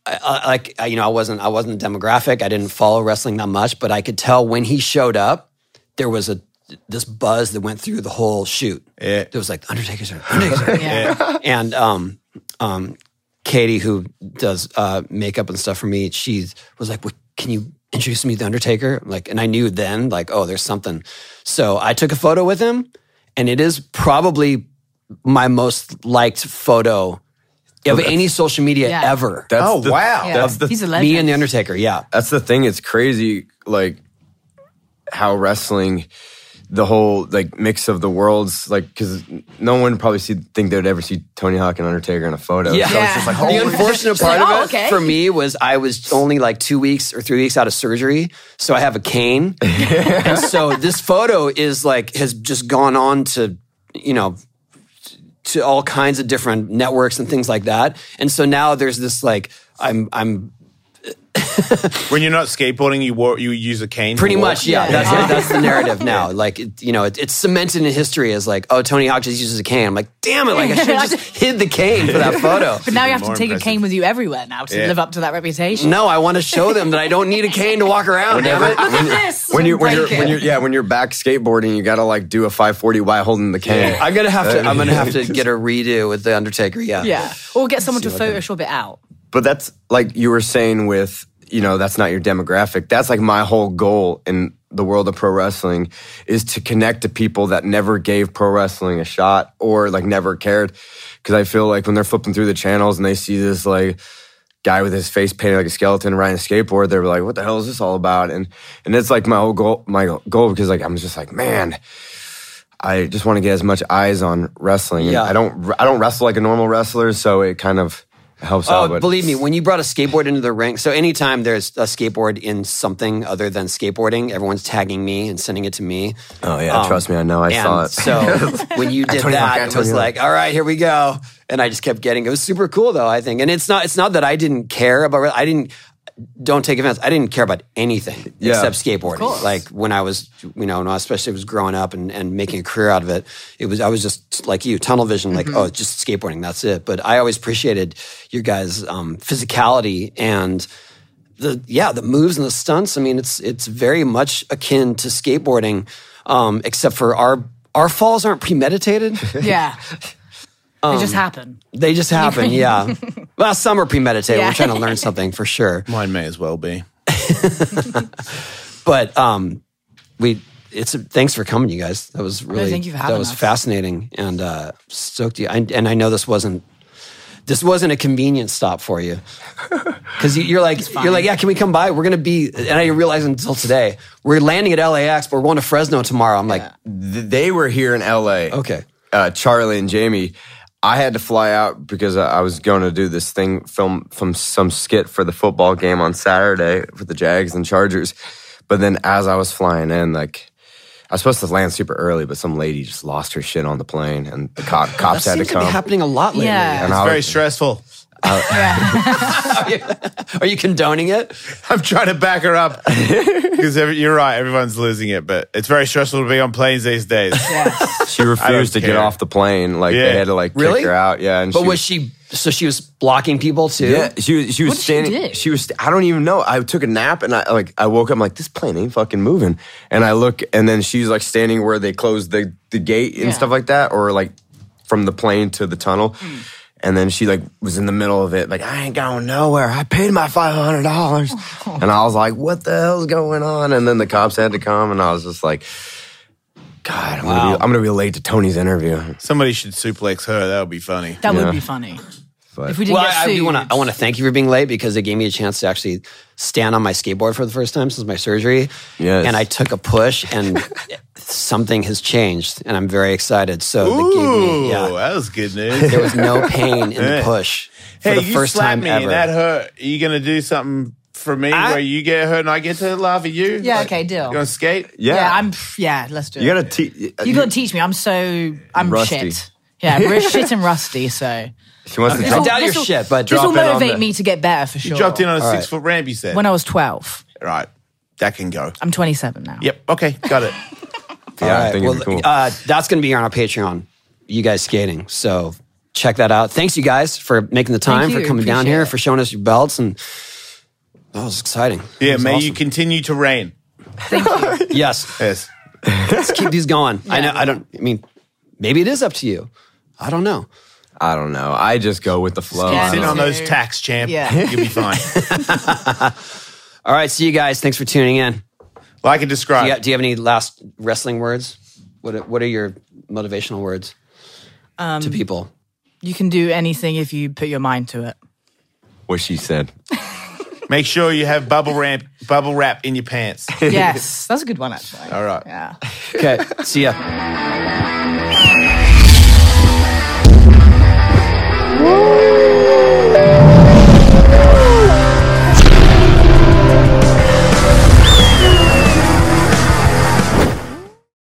Speaker 1: I, I, like I, you know, I wasn't I wasn't a demographic. I didn't follow wrestling that much, but I could tell when he showed up, there was a this buzz that went through the whole shoot.
Speaker 2: Yeah.
Speaker 1: It was like Undertaker's here, Undertaker's here
Speaker 4: yeah.
Speaker 1: and um, um, Katie, who does uh, makeup and stuff for me, she was like, well, "Can you introduce me to the Undertaker?" Like, and I knew then, like, oh, there's something. So I took a photo with him, and it is probably my most liked photo of any social media
Speaker 4: Yeah.
Speaker 1: ever.
Speaker 3: That's
Speaker 2: Oh,
Speaker 3: the-
Speaker 2: wow.
Speaker 4: Yeah.
Speaker 3: That's the
Speaker 4: He's a legend.
Speaker 1: me and the Undertaker, yeah.
Speaker 3: that's the thing. It's crazy, like how wrestling, the whole like mix of the worlds, like because no one probably see think they would ever see Tony Hawk and Undertaker in a photo.
Speaker 1: Yeah.
Speaker 3: So it's just like,
Speaker 4: Yeah.
Speaker 3: holy
Speaker 1: the unfortunate
Speaker 4: She's like,
Speaker 1: part
Speaker 4: "Oh,
Speaker 1: of it
Speaker 4: okay."
Speaker 1: for me was I was only like two weeks or three weeks out of surgery, so I have a cane, and so this photo is like has just gone on to you know to all kinds of different networks and things like that, and so now there's this like I'm I'm
Speaker 2: When you're not skateboarding, you walk, you use a cane. to
Speaker 1: pretty
Speaker 2: walk?
Speaker 1: much yeah,
Speaker 4: Yeah.
Speaker 1: that's it, that's the narrative now like it, you know it, it's cemented in history as like oh Tony Hawk just uses a cane I'm like damn it like I should have just hid the cane for that photo
Speaker 4: But now you
Speaker 2: even
Speaker 4: have to
Speaker 2: more
Speaker 4: take
Speaker 2: impressive.
Speaker 4: a cane with you everywhere now to
Speaker 2: Yeah.
Speaker 4: live up to that reputation.
Speaker 1: no I want to show them that I don't need a cane to walk around damn it.
Speaker 4: Look at this.
Speaker 3: when you when you're
Speaker 4: Break it.
Speaker 3: when you're yeah when you're back skateboarding, you gotta like do a 540 while holding the cane.
Speaker 1: I'm gonna have to. I'm gonna have to get a redo with the Undertaker. Yeah.
Speaker 4: yeah, or get someone to Photoshop it out.
Speaker 3: but that's like you were saying with you know that's not your demographic that's like my whole goal in the world of pro wrestling is to connect to people that never gave pro wrestling a shot or like never cared because i feel like when they're flipping through the channels and they see this like guy with his face painted like a skeleton riding a skateboard they're like what the hell is this all about and and it's like my whole goal my goal because like i'm just like man i just want to get as much eyes on wrestling And
Speaker 1: Yeah.
Speaker 3: i don't i don't wrestle like a normal wrestler so it kind of helps
Speaker 1: Oh,
Speaker 3: out but-
Speaker 1: believe me, when you brought a skateboard into the ring, so anytime there's a skateboard in something other than skateboarding, everyone's tagging me and sending it to me.
Speaker 3: Oh yeah, trust me, I know. I
Speaker 1: and
Speaker 3: saw it.
Speaker 1: So when you did
Speaker 3: Antonio
Speaker 1: that,
Speaker 3: Hawk,
Speaker 1: it was
Speaker 3: Antonio
Speaker 1: like, all right, here we go. And I just kept getting. It was super cool though. I think, and it's not. It's not that I didn't care about. I didn't. Don't take offense. I didn't care about anything
Speaker 3: Yeah.
Speaker 1: except skateboarding.
Speaker 4: course.
Speaker 1: Like when I was, you know, when I especially was growing up and, and making a career out of it, it was I was just like you, tunnel vision. Like oh, it's just skateboarding. That's it. But I always appreciated your guys' um, physicality and the yeah the moves and the stunts. I mean, it's it's very much akin to skateboarding, um, except for our our falls aren't premeditated.
Speaker 4: Yeah, it just
Speaker 3: Um,
Speaker 4: happened.
Speaker 1: they just happen. Yeah. Well, some are premeditated. We're
Speaker 4: Yeah.
Speaker 1: trying to learn something for sure.
Speaker 2: Mine may as well be.
Speaker 1: But um, we it's thanks for coming, you guys. That was really
Speaker 4: thank you for
Speaker 1: that
Speaker 4: having
Speaker 1: was
Speaker 4: us.
Speaker 1: fascinating and uh, stoked you. I, and I know this wasn't this wasn't a convenience stop for you because you, you're like you're like yeah, can we come by? We're gonna be and I didn't realize until today we're landing at LAX, but we're going to Fresno tomorrow. I'm like
Speaker 3: Th- they were here in LA.
Speaker 1: okay,
Speaker 3: uh, Charlie and Jamie, I had to fly out because I, I was going to do this thing, film from some skit for the football game on Saturday for the Jags and Chargers. But then as I was flying in, like, I was supposed to land super early, but some lady just lost her shit on the plane, and the cop,
Speaker 1: that
Speaker 3: cops had to
Speaker 1: seems to
Speaker 3: come.
Speaker 1: be happening a lot lately.
Speaker 4: Yeah.
Speaker 3: and I
Speaker 2: very
Speaker 3: was-
Speaker 2: stressful.
Speaker 1: Are you condoning it?
Speaker 2: I'm trying to back her up because you're right. Everyone's losing it, but it's very stressful to be on planes these days.
Speaker 3: she refused to get
Speaker 2: care.
Speaker 3: off the plane. Like
Speaker 2: Yeah.
Speaker 3: they had to like
Speaker 1: Really?
Speaker 3: kick her out. Yeah, and
Speaker 1: But
Speaker 3: she
Speaker 1: was she? So she was blocking people too.
Speaker 3: Yeah, she was. She was
Speaker 4: What did she
Speaker 3: standing. She,
Speaker 4: do?
Speaker 3: was. st- I don't even know. I took a nap and I like. I woke up. I'm like, this plane ain't fucking moving. And I look, and then she's like standing where they close the the gate and
Speaker 4: Yeah.
Speaker 3: stuff like that, or like from the plane to the tunnel.
Speaker 4: Hmm.
Speaker 3: And then she like was in the middle of it, like I ain't going nowhere. I paid my five hundred dollars,
Speaker 4: Oh.
Speaker 3: and I was like, "What the hell's going on?" And then the cops had to come, and I was just like, "God, I'm,
Speaker 1: Wow.
Speaker 3: gonna, be, I'm gonna be late to Tony's interview."
Speaker 2: Somebody should suplex her. That would be funny.
Speaker 4: That
Speaker 3: Yeah.
Speaker 4: would be funny.
Speaker 3: But
Speaker 4: If we didn't
Speaker 1: Well,
Speaker 4: get
Speaker 1: I, I do
Speaker 4: sued.
Speaker 1: want to. I want to thank you for being late because it gave me a chance to actually stand on my skateboard for the first time since my surgery.
Speaker 3: Yes.
Speaker 1: And I took a push, and something has changed, and I'm very excited. So that gave
Speaker 2: Ooh,
Speaker 1: me, yeah,
Speaker 2: that was good
Speaker 1: there
Speaker 2: news.
Speaker 1: was no pain in the push for
Speaker 2: hey,
Speaker 1: the
Speaker 2: you
Speaker 1: first
Speaker 2: slapped
Speaker 1: time
Speaker 2: me
Speaker 1: ever.
Speaker 2: and that hurt. Are you going to do something for me
Speaker 1: I-
Speaker 2: where you get hurt and I get to laugh at you?
Speaker 4: Yeah, okay, deal.
Speaker 2: You going to skate?
Speaker 3: yeah,
Speaker 4: Yeah, I'm. Yeah, let's do
Speaker 3: you
Speaker 4: it.
Speaker 3: gotta. Te-
Speaker 4: you gotta teach me. I'm so. I'm
Speaker 3: Rusty.
Speaker 4: shit. Yeah, we're shit and rusty. So
Speaker 3: She wants to
Speaker 1: I
Speaker 3: drop.
Speaker 1: doubt your
Speaker 4: this'll-
Speaker 1: shit, but
Speaker 4: this will
Speaker 3: drop in on
Speaker 4: motivate
Speaker 3: the-
Speaker 4: me to get better for sure.
Speaker 2: You dropped in on a
Speaker 1: right.
Speaker 2: six foot ramp, you said.
Speaker 4: when I was 12.
Speaker 2: right. That can go.
Speaker 4: I'm 27 now.
Speaker 2: Yep. Okay. Got it.
Speaker 3: Yeah,
Speaker 1: All
Speaker 3: I
Speaker 1: right,
Speaker 3: think
Speaker 1: well,
Speaker 3: it'd be cool.
Speaker 1: uh, that's going to be on our Patreon. You guys skating, so check that out. Thanks, you guys, for making the time,
Speaker 4: Thank
Speaker 1: for
Speaker 4: you,
Speaker 1: coming down
Speaker 4: appreciate
Speaker 1: here,
Speaker 4: it.
Speaker 1: for showing us your belts, and that was exciting.
Speaker 2: Yeah.
Speaker 1: That was
Speaker 2: may
Speaker 1: awesome.
Speaker 2: you continue to rain.
Speaker 1: Yes.
Speaker 2: Yes.
Speaker 1: Let's keep these going. I know. I don't. I mean, maybe it is up to you. I don't know.
Speaker 3: I don't know. I just go with the flow. I
Speaker 4: Scan
Speaker 2: Sit
Speaker 3: don't-
Speaker 2: on those tacks, champ.
Speaker 4: Yeah.
Speaker 2: You'll be fine.
Speaker 1: All right. See you guys. Thanks for tuning in.
Speaker 2: like and describe.
Speaker 1: Do you, do you have any last wrestling words? What are- What are your motivational words to people?
Speaker 4: You can do anything if you put your mind to it.
Speaker 3: what she said.
Speaker 2: Make sure you have bubble ramp, bubble wrap in your pants.
Speaker 4: Yes, that's a good one actually.
Speaker 2: All right.
Speaker 4: Yeah.
Speaker 1: Okay. see ya.
Speaker 5: Woo!